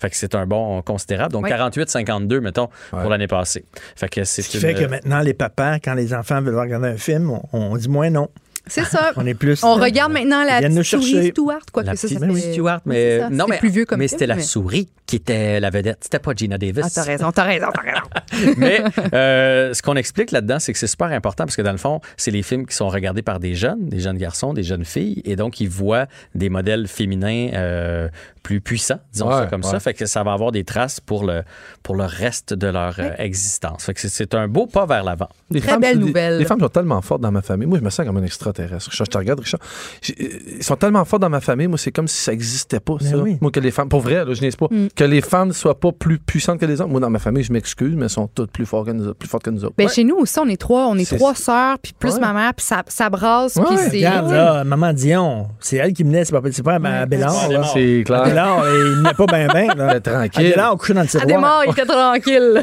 C: Fait que c'est un bond considérable. Donc,
E: Hmm. Oui.
C: 48-52, mettons,
F: Ouais.
C: pour l'année passée. Fait que c'est
D: Ce qui
C: une-
D: fait que maintenant, les papas, quand les enfants veulent regarder un film, on, on dit moins non.
E: C'est ça.
D: On est plus.
E: On regarde maintenant la
D: Ils viennent nous
E: petite souris
D: chercher.
E: Stewart, quoi
C: La
E: que ça, ça
C: petite
E: fait-
C: Stewart,
E: Oui,
C: mais
E: c'est ça.
C: non,
E: C'était
C: mais,
E: plus vieux comme
C: mais
E: film,
C: c'était la
E: mais-
C: souris qui était la vedette. C'était pas Gina Davis.
E: Ah, t'as raison, t'as raison, t'as raison.
C: mais euh, ce qu'on explique là-dedans, c'est que c'est super important parce que dans le fond, c'est les films qui sont regardés par des jeunes, des jeunes garçons, des jeunes filles, et donc ils voient des modèles féminins euh, plus puissants, disons ça
F: Ouais,
C: comme ça.
F: ouais.
C: Fait que ça va avoir des traces pour le pour le reste de leur euh, existence. Fait que c'est- c'est un beau pas vers l'avant.
F: Les
E: Très belle
F: les-
E: nouvelle.
F: Les, femmes sont tellement fortes dans ma famille. Moi, je me sens comme un extraterrestre. Richard, je te regarde, Richard. J'ai- euh, Ils sont tellement forts dans ma famille. Moi, c'est comme si ça n'existait pas.
E: Ben
D: Mais
F: ça.
D: oui.
F: Moi, que les femmes, pour vrai, là, je n'ai pas,
E: Mm.
F: que les femmes ne soient pas plus puissantes que les hommes. Moi, dans ma famille, je m'excuse, mais elles sont toutes plus fortes que nous, autres- plus fortes que nous autres.
E: Ben, Chez nous aussi, on est trois, on est
F: C'est-
E: trois sœurs, puis plus
F: Ouais.
E: ma mère, puis ça, ça brasse,
F: Ouais,
E: puis c'est...
D: Regarde, là, maman Dion, c'est elle qui menait, c'est pas, c'est pas à Bélard.
C: Ouais.
D: Ah, là.
F: Ah, C'est
D: À
F: clair.
D: Bélard, il menait pas bien,
C: [LAUGHS]
D: bien.
F: Ben,
D: là. À
F: Tranquille.
D: Bélard, on couchait dans le
E: À
D: tiroir.
E: des morts, il était tranquille.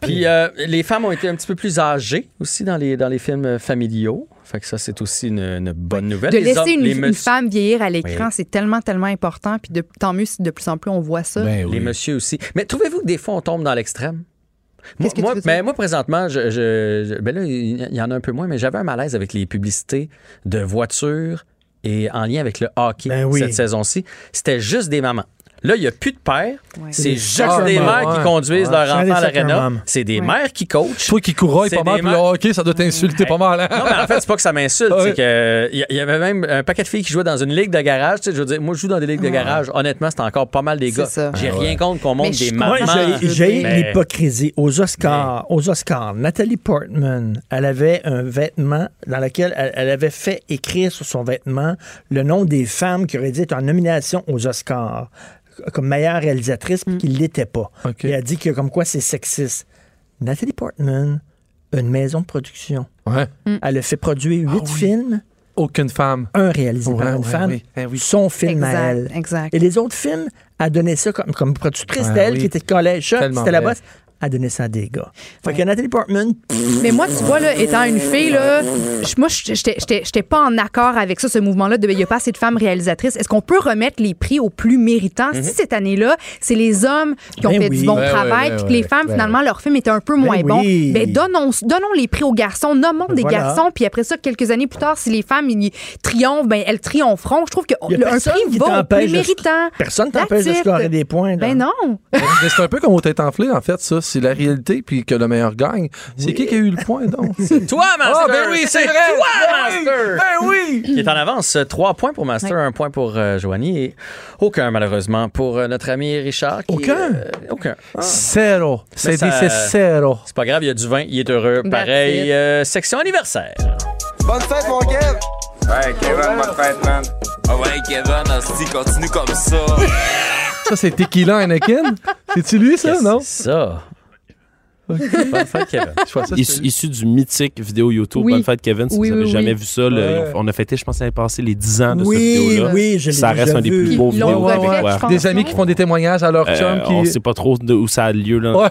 C: Puis euh, les femmes ont été un petit peu plus âgées aussi dans les, dans les films euh, familiaux. Fait que ça, c'est aussi une, une bonne nouvelle.
E: De
C: Les hommes-
E: laisser une,
C: les
E: une
C: messieurs-
E: femme vieillir à l'écran,
C: Oui.
E: c'est tellement, tellement important. Puis de, tant mieux si de plus en plus on voit ça.
C: Les messieurs aussi. Mais trouvez-vous que des fois, on tombe dans l'extrême? Moi,
E: Qu'est-ce que tu
C: moi-
E: veux dire?
C: mais moi, présentement, je, je- je- ben là, il y en a un peu moins, mais j'avais un malaise avec les publicités de voitures et en lien avec le hockey
D: Ben oui.
C: cette saison-ci. C'était juste des mamans. Là, il n'y a plus de pères.
E: Ouais.
C: C'est
D: Des
C: juste
D: soccer
C: des
D: moms,
C: mères qui
D: ouais.
C: conduisent
D: Ouais,
C: leurs
D: c'est des
C: enfants à
D: soccer
C: l'aréna.
D: moms.
C: C'est des
E: Ouais.
C: mères qui
E: [LAUGHS]
C: coachent.
F: Toi qui courailles
C: C'est
F: pas mal,
C: des
F: puis le
C: mar-
F: hockey, ça doit t'insulter pas mal. hein?
C: Non, mais en fait, c'est pas que ça m'insulte.
F: Ah oui.
C: C'est que il y, il y avait même un paquet de filles qui jouaient dans une ligue de garage. Tu sais, je veux dire, moi, je joue dans des ligues de garage. Honnêtement, c'est encore pas mal des
E: Ah. C'est
C: gars.
E: ça. Ah
C: J'ai rien contre qu'on monte
E: Mais je
C: des
F: Ah
E: comprends.
C: mamans.
D: Moi, j'ai- j'ai
C: Mais-
D: l'hypocrisie. Aux Oscars, aux Oscars, Nathalie Portman, elle avait un vêtement dans lequel elle, elle avait fait écrire sur son vêtement le nom des femmes qui auraient dû être en nomination aux Oscars comme meilleure réalisatrice, puis qui ne l'étaient pas.
F: OK.
D: Et elle dit que comme quoi c'est sexiste. Nathalie Portman, une maison de production.
F: Ouais.
D: Elle a fait produire huit
F: Ah oui.
D: films,
F: Aucune femme.
D: un réalisé par
F: Ouais,
D: une
F: ouais,
D: femme,
F: oui. Eh oui.
D: son film à elle.
E: Exact, exact.
D: Et les autres films, elle donnait ça comme, comme productrice,
F: Ah
D: c'était elle
F: oui.
D: qui était collège, ça,
F: Tellement
D: c'était la
F: vrai.
D: bosse, elle donnait ça à des gars. Fait que Nathalie Portman, pff,
E: Mais moi, tu vois, là, étant une fille, là, je- moi, je- j'étais j'étais- j'étais pas en accord avec ça, ce mouvement-là de il n'y a pas assez de femmes réalisatrices. Est-ce qu'on peut remettre les prix aux plus méritants? Si cette année-là, c'est les hommes qui ont
D: Mhm. Ben
E: fait
D: oui.
E: du bon
F: Ben oui,
E: travail,
F: ben
E: puis que
F: oui,
E: les femmes,
F: ben
E: finalement, leur film était un peu moins
D: Ben
E: bon,
D: oui.
E: ben donnons, donnons les prix aux garçons, nommons des
D: Voilà.
E: garçons, puis après ça, quelques années plus tard, si les femmes ils triomphent, ben elles triompheront. Je trouve que
D: y a
E: le- un
D: personne
E: prix
D: qui
E: va aux plus
D: t'empêche de-
E: méritants.
D: personne t'empêche de
E: That's it.
D: scorer des points. là.
E: Ben non!
F: Mais c'est un peu comme aux têtes enflées, en fait, ça. C'est la réalité, puis que le meilleur gagne. C'est qui qui a eu le point, donc?
C: Toi, Master!
F: Ah, ben oui, c'est vrai!
C: Toi,
F: Ben oui!
C: Master!
F: Ben oui!
C: Qui est en avance. euh, Trois points pour Master, un point pour euh, Joanie et aucun, malheureusement, pour euh, notre ami Richard. qui,
F: Aucun?
C: euh, aucun.
F: Zéro. C'est
C: ça-
F: dit, c'est zéro.
C: C'est pas grave, il y a du vin, il est heureux.
E: That's
C: Pareil,
E: it.
C: euh, section anniversaire.
I: Bonne fête, mon Kev!
B: Ouais, Kevin, bonne fête, man.
I: Ah ouais, Kevin, hostie, continue comme ça.
F: Ça, c'est Tequila Anakin. C'est-tu lui, ça,
C: Qu'est-ce
F: non?
C: que c'est ça? Bonne fête, Kevin.
F: Je vois ça, c'est
H: Issu, issu du mythique vidéo YouTube
E: Oui.
H: Bonne fête Kevin, si
E: Oui,
H: vous avez
E: oui,
H: jamais
E: oui.
H: vu ça, là,
F: Ouais.
H: on a fêté, je pense, l'année passée, les 10 ans de cette
D: oui,
H: vidéo-là.
D: oui, je l'ai
H: Ça reste
D: déjà
H: un des
D: vu.
H: plus beaux
E: Ils l'ont
H: vidéos
E: refait,
H: québécois.
E: je pense.
F: Des amis qui font des témoignages à leur
H: Euh,
F: chum
H: On
F: qui.
H: sait pas trop de- où ça a lieu. Là, au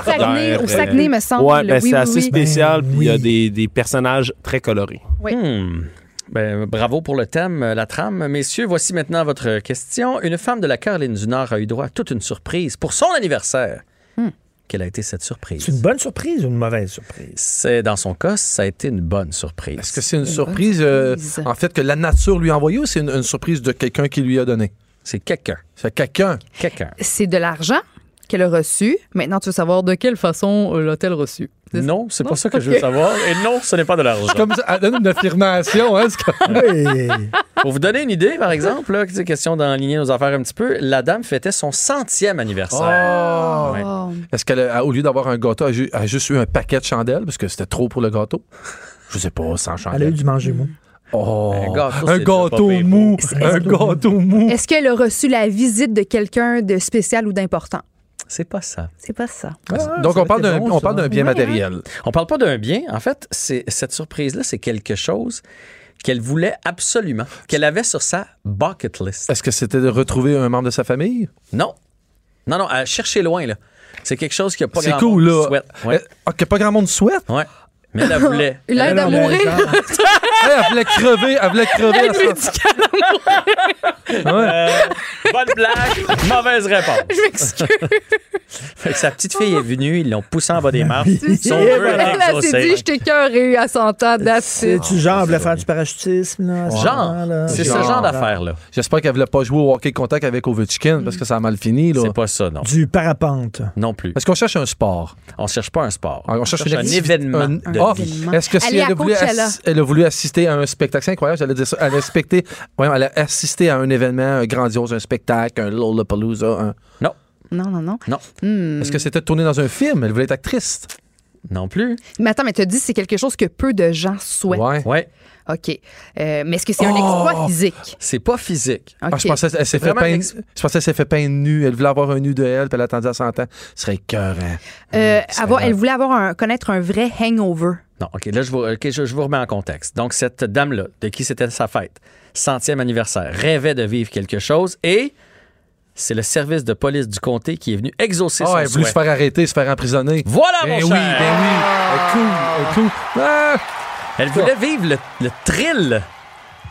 E: Saguenay- au Saguenay, me semble.
H: Ouais, ben,
E: Oui,
H: c'est
E: oui,
H: assez
E: oui.
H: spécial.
D: Ben
H: puis Il y a
D: oui.
H: des, des personnages très colorés.
C: Hmm. Ben, bravo pour le thème, euh, la trame. Messieurs, voici maintenant votre question. Une femme de la Caroline du Nord a eu droit à toute une surprise pour son anniversaire. Quelle a été cette
D: C'est une
C: surprise?
D: bonne surprise ou une mauvaise [LAUGHS] surprise?
C: C'est dans son cas, ça a été une bonne surprise.
F: Est-ce que c'est une surprise, euh,
E: surprise.
F: en fait, que la nature lui a envoyée ou c'est une, une surprise de quelqu'un qui lui a donné?
C: c'est quelqu'un?
F: C'est quelqu'un.
C: Quelqu'un.
E: c'est de l'argent qu'elle a reçu. Maintenant, tu veux savoir de quelle façon euh, l'a-t-elle reçu? C'est-
C: Non, c'est pas
E: Non?
C: ça que je veux
E: Ok.
C: savoir. Et non, ce n'est pas de l'argent.
F: Comme ça, elle donne une affirmation. Hein, c'est comme-
D: Oui.
C: Pour vous donner une idée, par exemple, là, c'est question d'enligner nos affaires un petit peu, la dame fêtait son centième anniversaire. Ouais.
E: Oh.
F: Est-ce qu'elle, a- au lieu d'avoir un gâteau, elle a ju- elle a juste eu un paquet de chandelles parce que c'était trop pour le gâteau? Je sais pas,
D: Elle
F: sans
D: a eu
F: chandelles.
D: du manger mou.
F: Oh,
C: Un gâteau,
F: un
C: c'est déjà pas
F: gâteau
C: pire pour-
F: mou.
E: C'est-
F: Un gâteau mou.
E: Est-ce qu'elle a reçu la visite de quelqu'un de spécial ou d'important?
C: C'est pas ça.
E: C'est pas ça.
D: Ah,
F: Donc,
D: ça
F: on
D: aurait
F: parle d'un
D: été bon,
F: on
D: ça.
F: parle d'un bien
E: Ouais, hein.
F: matériel.
C: On parle pas d'un bien. En fait, c'est, cette surprise-là, c'est quelque chose qu'elle voulait absolument, qu'elle avait sur sa bucket list.
F: Est-ce que c'était de retrouver un membre de sa famille?
C: Non. Non, non, à chercher loin, là. C'est quelque chose qui a pas
F: C'est
C: grand
F: cool,
C: monde qui
F: là.
C: souhaite.
F: Euh,
C: Ouais.
F: ah, que pas grand monde souhaite.
C: ouais. Mais elle la
E: [LAUGHS]
C: voulait.
E: Une aide à mourir.
F: Hey, elle voulait crever, elle voulait crever.
E: Aide
F: à ça.
E: médicale.
C: Euh, Bonne blague, mauvaise réponse.
E: [LAUGHS] Je m'excuse.
C: Fait que sa petite fille est venue, ils l'ont poussée en bas des marches. Son
D: Et
C: vœu
D: voilà,
C: était
E: Elle a s'est
C: exaucé.
E: dit, je t'ai cœuré à 100 ans, that's it.
D: C'est-tu genre, voulait faire du parachutisme? Là, ce
C: Genre,
D: moment-là?
C: c'est ce
F: Genre.
C: genre d'affaire-là.
F: J'espère qu'elle voulait pas jouer au hockey contact avec Ovechkin parce que ça a mal fini. Là.
C: C'est pas ça, non.
D: Du parapente.
C: Non plus.
F: Est-ce qu'on cherche un sport?
C: On cherche pas un sport.
F: Ah, On cherche, une
C: un
F: activité-
C: événement.
F: un-
C: de
F: Ah,
C: vie.
F: Est-ce que si
E: Aller
F: elle
E: à
F: a, voulu
E: Coachella.
F: assi- elle a voulu assister à un spectacle, c'est incroyable, j'allais dire ça. Elle a, respecté- ouais, elle a assisté à un événement un grandiose, un spectacle, un Lollapalooza. un-
E: Non, non, non.
C: Non,
E: Hmm.
F: Est-ce que c'était tourné dans un film? Elle voulait être actrice.
C: non plus.
E: Mais attends, mais t'as dit, c'est quelque chose que peu de gens souhaitent.
F: Ouais.
C: Ouais,
E: OK. Euh, mais est-ce que c'est un exploit physique?
C: c'est pas physique.
E: OK.
F: Ah, je pensais qu'elle s'est fait
C: Vraiment
F: peindre.
C: ex-
F: Je pensais qu'elle s'est fait peindre nue. Elle voulait avoir un nu de elle, puis elle attendait à 100 ans. Ce serait écœurant.
E: Euh,
C: Hmm,
F: C'est
E: avoir-
F: vrai.
E: elle voulait avoir un- connaître un vrai hangover.
C: Non, OK, là, je vous, ok, je, je vous remets en contexte. Donc, cette dame-là, de qui c'était sa fête, centième anniversaire, rêvait de vivre quelque chose et c'est le service de police du comté qui est venu exaucer
F: Ah,
C: son
F: elle voulait
C: souhait.
F: se faire arrêter, se faire emprisonner.
C: Voilà,
F: Ben
C: Ah, mon
F: oui, ben oui.
C: cher!
F: Elle est cool, elle est cool. Ah!
C: Elle voulait vivre le, le thrill.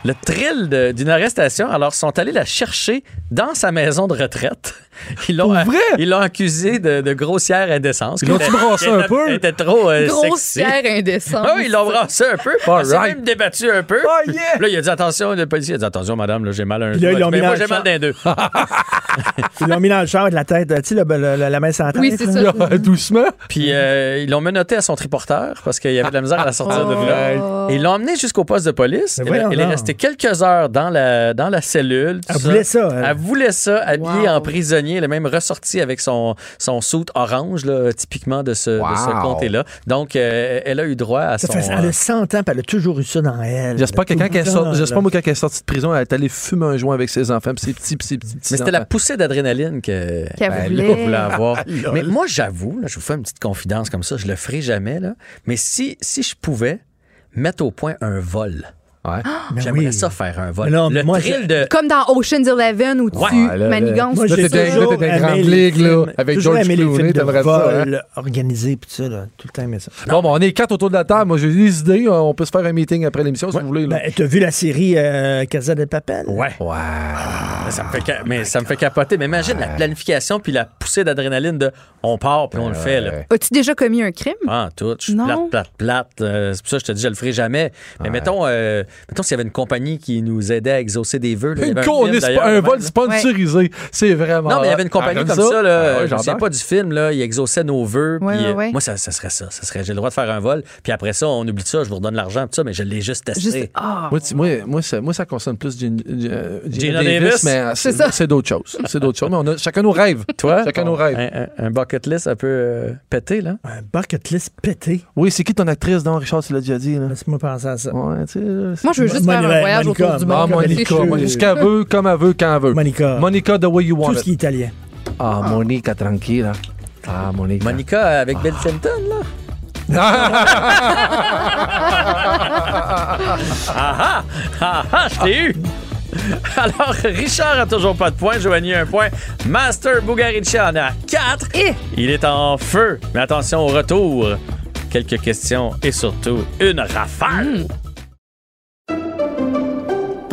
C: Le thrill de- d'une arrestation. Alors, ils sont allés la chercher dans sa maison de retraite. Ils l'ont,
D: Pour vrai?
C: Ils l'ont accusée de, de grossière indécence.
D: Ils l'ont-tu
C: Qu'elle-
D: brassée
C: qu'elle
D: un
C: était-
D: peu?
C: Elle était trop euh, sexy.
E: Grossière indécence.
C: Ah oui, ils l'ont brassé un peu. Elle s'est
D: Alright.
C: même débattu un peu.
D: Oh, yeah!
C: Puis Là, il a dit attention, le policier a dit attention, madame, là, j'ai mal à un
D: Puis là,
C: doigt.
D: ils l'ont
C: Mais
D: mis
C: moi,
D: dans
C: j'ai
D: le
C: mal
D: champ.
C: d'un deux.
D: Ils l'ont mis dans le char avec la tête, euh, tu sais, le- le- le- la main sans tête.
E: Oui, c'est
D: là.
E: ça.
F: [LAUGHS] Doucement.
C: Puis euh, ils l'ont menotté à son triporteur parce qu'il y avait de la misère à la sortir de là. Et ils l'ont emmené jusqu'au poste de police.
D: Mais
C: Elle,
D: voyons
C: elle est
D: donc.
C: restée quelques heures dans la, dans la cellule. tout
D: Elle voulait ça, elle.
C: Elle voulait ça, habillée
E: Wow.
C: en prisonnier. Elle est même ressortie avec son, son suit orange, là, typiquement de ce, de ce
H: Wow.
C: comté-là. Donc, euh, elle a eu droit à
D: Ça
C: son... euh,
D: fait- elle a 100 ans, puis elle a toujours eu ça dans elle.
F: euh, J'espère que
D: Tout
F: quand
D: le
F: elle
D: temps,
F: sort,
D: là.
F: j'espère moi quand elle est sortie de prison, elle est allée fumer un joint avec ses enfants, puis ses petits, puis ses petits, petits
C: mais c'était la
F: enfants.
C: poussée d'adrénaline que...
E: Qu'elle
C: Ben,
E: voulait.
C: là, voulait
D: Ah,
C: avoir. mais moi, j'avoue, là, je vous fais une petite confidence comme ça, je le ferai jamais, là. mais si, si je pouvais mettre au point un vol... [GASPS]
H: Ouais.
D: Mais
C: J'aimerais
D: oui.
C: ça faire un vol.
D: Mais non,
C: le
D: moi,
C: thrill
D: je-
C: de...
E: Comme dans Ocean's Eleven où tu
C: Ouais,
H: là, là.
E: manigances.
D: Moi,
E: tout
D: j'ai
E: ça.
H: t'étais-
D: toujours
H: t'étais
D: aimé
F: Grande
D: les
F: Ligue, là,
D: films-
F: avec
D: toujours
F: George
D: aimé les
F: Clooney,
D: films de
F: t'aimerais ça, hein?
D: vol organisé, puis tout ça, là, tout le temps aimé ça.
F: Bon, ben, on est quatre autour de la table. Moi, j'ai des idées. On peut se faire un meeting après l'émission si vous voulez. là.
D: Ben, t'as vu la série euh, Casa de Papel?
C: Ouais. Mais ça me fait, ca- mais ça me fait capoter. Mais imagine la planification puis la poussée d'adrénaline de on part puis on le fait. Là.
E: As-tu déjà commis un crime?
C: Ah, tout. Je suis
E: Non.
C: plate, plate, plate. Euh, c'est pour ça que je te dis, je le ferai jamais. Mais mettons, euh, mettons s'il y avait une compagnie qui nous aidait à exaucer des vœux. là, il y
F: Une
C: avait un
F: con-
C: film,
F: un,
C: d'ailleurs,
F: un
C: même,
F: vol
C: là.
F: sponsorisé. C'est vraiment.
C: Non, mais il y avait une compagnie
F: Ah,
C: comme ça, là,
F: Ah, ouais,
C: je me souviens
F: j'embarque.
C: pas du film, là, il exauçait nos vœux.
E: Ouais,
C: puis,
E: ouais,
C: euh,
E: ouais.
C: Moi, ça, ça serait ça. ça serait, J'ai le droit de faire un vol, puis après ça, on oublie ça, je vous redonne l'argent, tout ça, mais je l'ai juste testé.
E: Juste. Ah!
F: Moi, tu- moi, moi, ça, moi, ça concerne plus Gina, Gina- Gina
C: Davis.
F: Davis, mais euh,
E: C'est ça.
F: c'est c'est d'autres choses. C'est d'autres choses. Mais on a chacun nos rêves.
C: Toi,
F: Chacun nos rêves.
C: Un, un- un bucket list un peu euh, pété, là.
D: Un bucket list pété.
F: Oui, c'est qui ton actrice, non, Richard, tu l'as déjà dit. Là.
D: Laisse-moi penser à ça.
F: Ouais, tu sais. là, c'est-
E: Moi, je veux juste
D: Mon-
E: faire un
D: Monica-
E: voyage autour du
D: Monica-
F: Ah,
E: monde.
D: Monica-
E: comme des
F: Monica,
D: Monica-
F: moi,
E: cheveux.
F: ce qu'elle veut, comme elle veut, quand elle veut.
D: Monica.
F: Monica, the way you want
D: Tout ce
F: it.
D: qui est italien.
F: Ah, Monica, tranquille. hein. Ah, Monica.
C: Monica avec Bill Clinton, [LAUGHS] là. ah ah! Ah ah! Je t'ai eu! Alors, Richard a toujours pas de point, Joanie a un point. Master Bugarici en a 4.
E: Eh!
C: Il est en feu. Mais attention au retour. Quelques questions et surtout une rafale.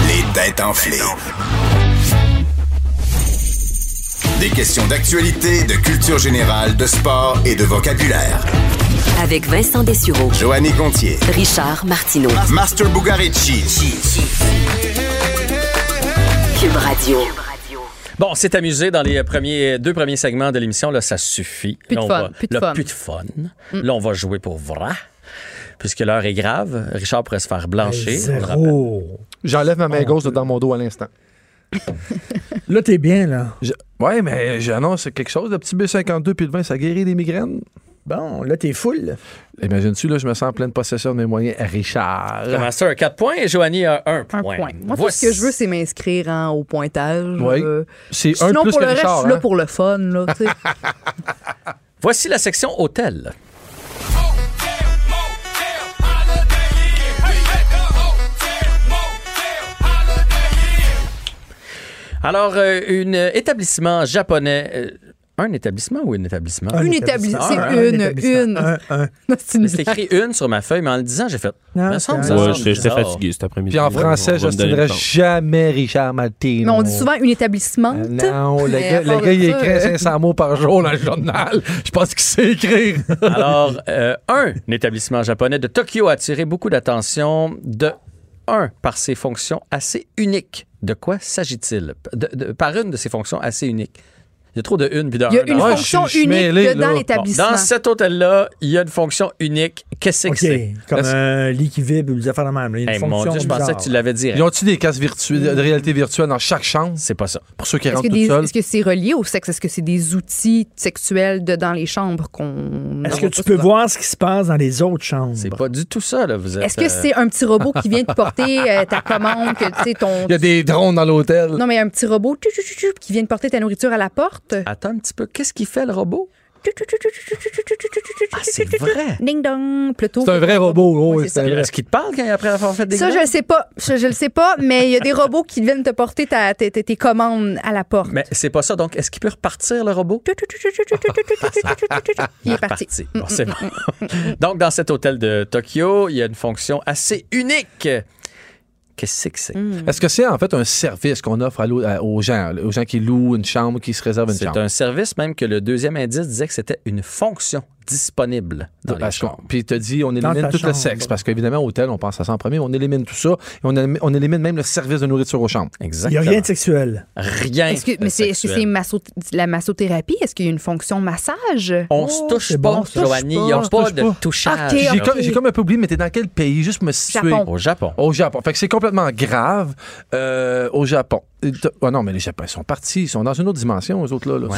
B: Les têtes enflées. Des questions d'actualité, de culture générale, de sport et de vocabulaire.
A: Avec Vincent Dessureau,
B: Joanny Gontier.
A: Richard Martineau,
B: Master Bugarici.
A: Cube Radio.
C: Bon, on s'est amusé dans les premiers, deux premiers segments de l'émission. Là, ça suffit.
E: Plus de
C: Là, on
E: fun,
C: va-
E: plus de
C: là,
E: fun. Mm.
C: plus de fun. Là, on va jouer pour vrai. Puisque l'heure est grave, Richard pourrait se faire blancher. on le rappelle.
D: Zéro.
F: J'enlève ma main gauche de dans mon dos à l'instant.
D: Là, t'es bien, là.
F: Je- Ouais, mais j'annonce quelque chose. Le petit B52 puis le vin, ça guérit des migraines.
D: Bon, là, t'es full.
F: Imagine-tu, là, je me sens en pleine possession de mes moyens. Richard.
C: Comment ça, un 4 points et Joanie a un
E: Un
C: point.
E: point. Moi, tout
C: Voici-
E: ce que je veux, c'est m'inscrire en- au pointage.
F: Oui.
E: euh,
F: C'est un
E: Sinon,
F: plus
E: pour
F: que
E: le reste, je
F: Richard.
E: suis là
F: hein?
E: pour le fun. Là,
F: [LAUGHS]
E: tu sais.
C: Voici la section hôtel. Alors, euh, un établissement japonais. euh, un établissement ou un établissement?
D: Un
E: Une établi-
D: établissement.
E: c'est
D: Un,
E: une,
D: un établissement.
E: une.
D: Un, un.
E: [LAUGHS] Non, c'est une
C: C'est
E: blague.
C: écrit une sur ma feuille, mais en le disant, j'ai fait.
D: Non,
C: me semble
D: c'est
C: que ça
D: un.
H: Ouais,
C: sonne
H: j'étais j'étais
C: bizarre.
H: fatigué [LAUGHS] cet après-midi.
F: Puis en
H: Ouais,
F: français,
H: on va me donner
F: j'ostinerais
H: une chance.
F: jamais Richard Martin.
E: Non, on dit souvent une établissement.
F: Euh, Non, le
E: Mais
F: gars,
E: à part
F: le gars, il
E: ça,
F: écrit
E: euh,
F: 500 mots par jour dans
E: [LAUGHS]
F: le journal. Je pense qu'il sait écrire.
C: [LAUGHS] Alors, euh, un établissement japonais de Tokyo a attiré beaucoup d'attention de un par ses fonctions assez uniques. De quoi s'agit-il? De- de- par une de ses fonctions assez uniques. Il y a trop de une puis de
E: Il y a
C: un,
E: une
C: là.
F: Ouais,
E: fonction
F: je suis- je suis
E: unique
F: mêlé,
E: dedans
F: là. Bon,
C: Bon,
E: l'établissement.
C: dans cet hôtel-là, il y a une fonction unique. Qu'est-ce que
D: OK,
C: c'est?
D: comme
C: Est-ce-
D: un lit qui vibre ou des affaires de même. là. Il y a une
C: Hey, mon
D: fonction
C: Dieu, je pensais
D: bizarre.
C: que tu l'avais dit.
F: Ils ont-tu des casques virtuelles, de réalité virtuelle dans chaque chambre
C: C'est pas ça.
F: pour ceux qui
E: Mm. Est-ce
F: rentrent
E: que,
F: tout
E: des-
F: seuls?
E: est-ce que c'est relié au sexe? Est-ce que c'est des outils sexuels dedans les chambres qu'on.
D: Est-ce
E: on
D: que
E: voit
D: tu
E: pas
D: peux
E: souvent?
D: voir ce qui se passe dans les autres chambres?
C: C'est pas du tout ça, là. Vous êtes,
E: Est-ce que
C: euh,
E: c'est un petit robot qui vient te porter euh, ta commande, que tu sais, ton.
F: Il y a des drones dans l'hôtel.
E: Non, mais un petit robot tu, tu, tu, tu, qui vient te porter ta nourriture à la porte?
F: Ah.
C: Attends un petit peu. Qu'est-ce qu'il fait, le [LAUGHS] robot?
E: Tu, tu, tu, tu, tu, tu, tu, tu, tu, tu, tu, tu,
C: Ah,
E: tu,
C: c'est
E: tu, tu,
C: vrai.
E: tu. Ding dong. Plutôt.
F: C'est un vrai robot, oh,
E: Oui,
F: oui,
E: c'est
F: c'est un
C: Puis,
F: vrai.
C: Est-ce qu'il te parle quand après avoir fait des
E: Ça, je
C: glands?
E: le sais pas. Ça, je le sais pas, mais il y a des robots qui viennent te porter ta, tes, tes- tes commandes à la porte.
C: Mais c'est pas ça. Donc, est-ce qu'il peut repartir, le robot?
E: Tu, tu, tu, tu, tu, tu, tu, tu, tu, tu, tu, tu, tu. Il est parti.
C: Parti. Mm, Bon, c'est bon. Donc, dans cet hôtel de Tokyo, il y a une fonction assez unique. Qu'est-ce que c'est que c'est?
E: Mm.
F: Est-ce que c'est en fait un service qu'on offre à l'eau- à- aux gens, là, aux gens qui louent une chambre, qui se réservent une
C: C'est
F: chambre?
C: un service même que le deuxième indice disait que c'était une fonction disponible dans les
F: Parce qu'on-
C: chambres.
F: Puis il te dit, on
D: ta
F: élimine tout le
D: chambre.
F: sexe, parce qu'évidemment, au hôtel, on pense à ça en premier, on élimine tout ça, et on, élim- on élimine même le service de nourriture aux chambres.
D: Il
C: Exactement.
D: n'y a rien de sexuel.
F: Ah,
C: Rien
E: Est-ce que,
C: de
E: mais c'est, est-ce que
C: sexuel.
E: c'est masso- la massothérapie? Est-ce qu'il y a une fonction massage?
C: On se touche
D: c'est
C: pas,
D: bon, ça.
C: Joanie. Il n'y a
F: On se
C: pas
F: touche
C: de
F: pas.
C: touchage.
E: Ok,
F: J'ai
E: ok.
F: comme, j'ai comme un peu oublié, mais t'es dans quel pays, juste pour me situer?
E: Japon.
C: Au Japon.
F: Au Japon. Fait que c'est complètement grave euh, au Japon. Et t'as- Ah non, mais les Japonais sont partis. Ils sont dans une autre dimension, eux autres, là. là.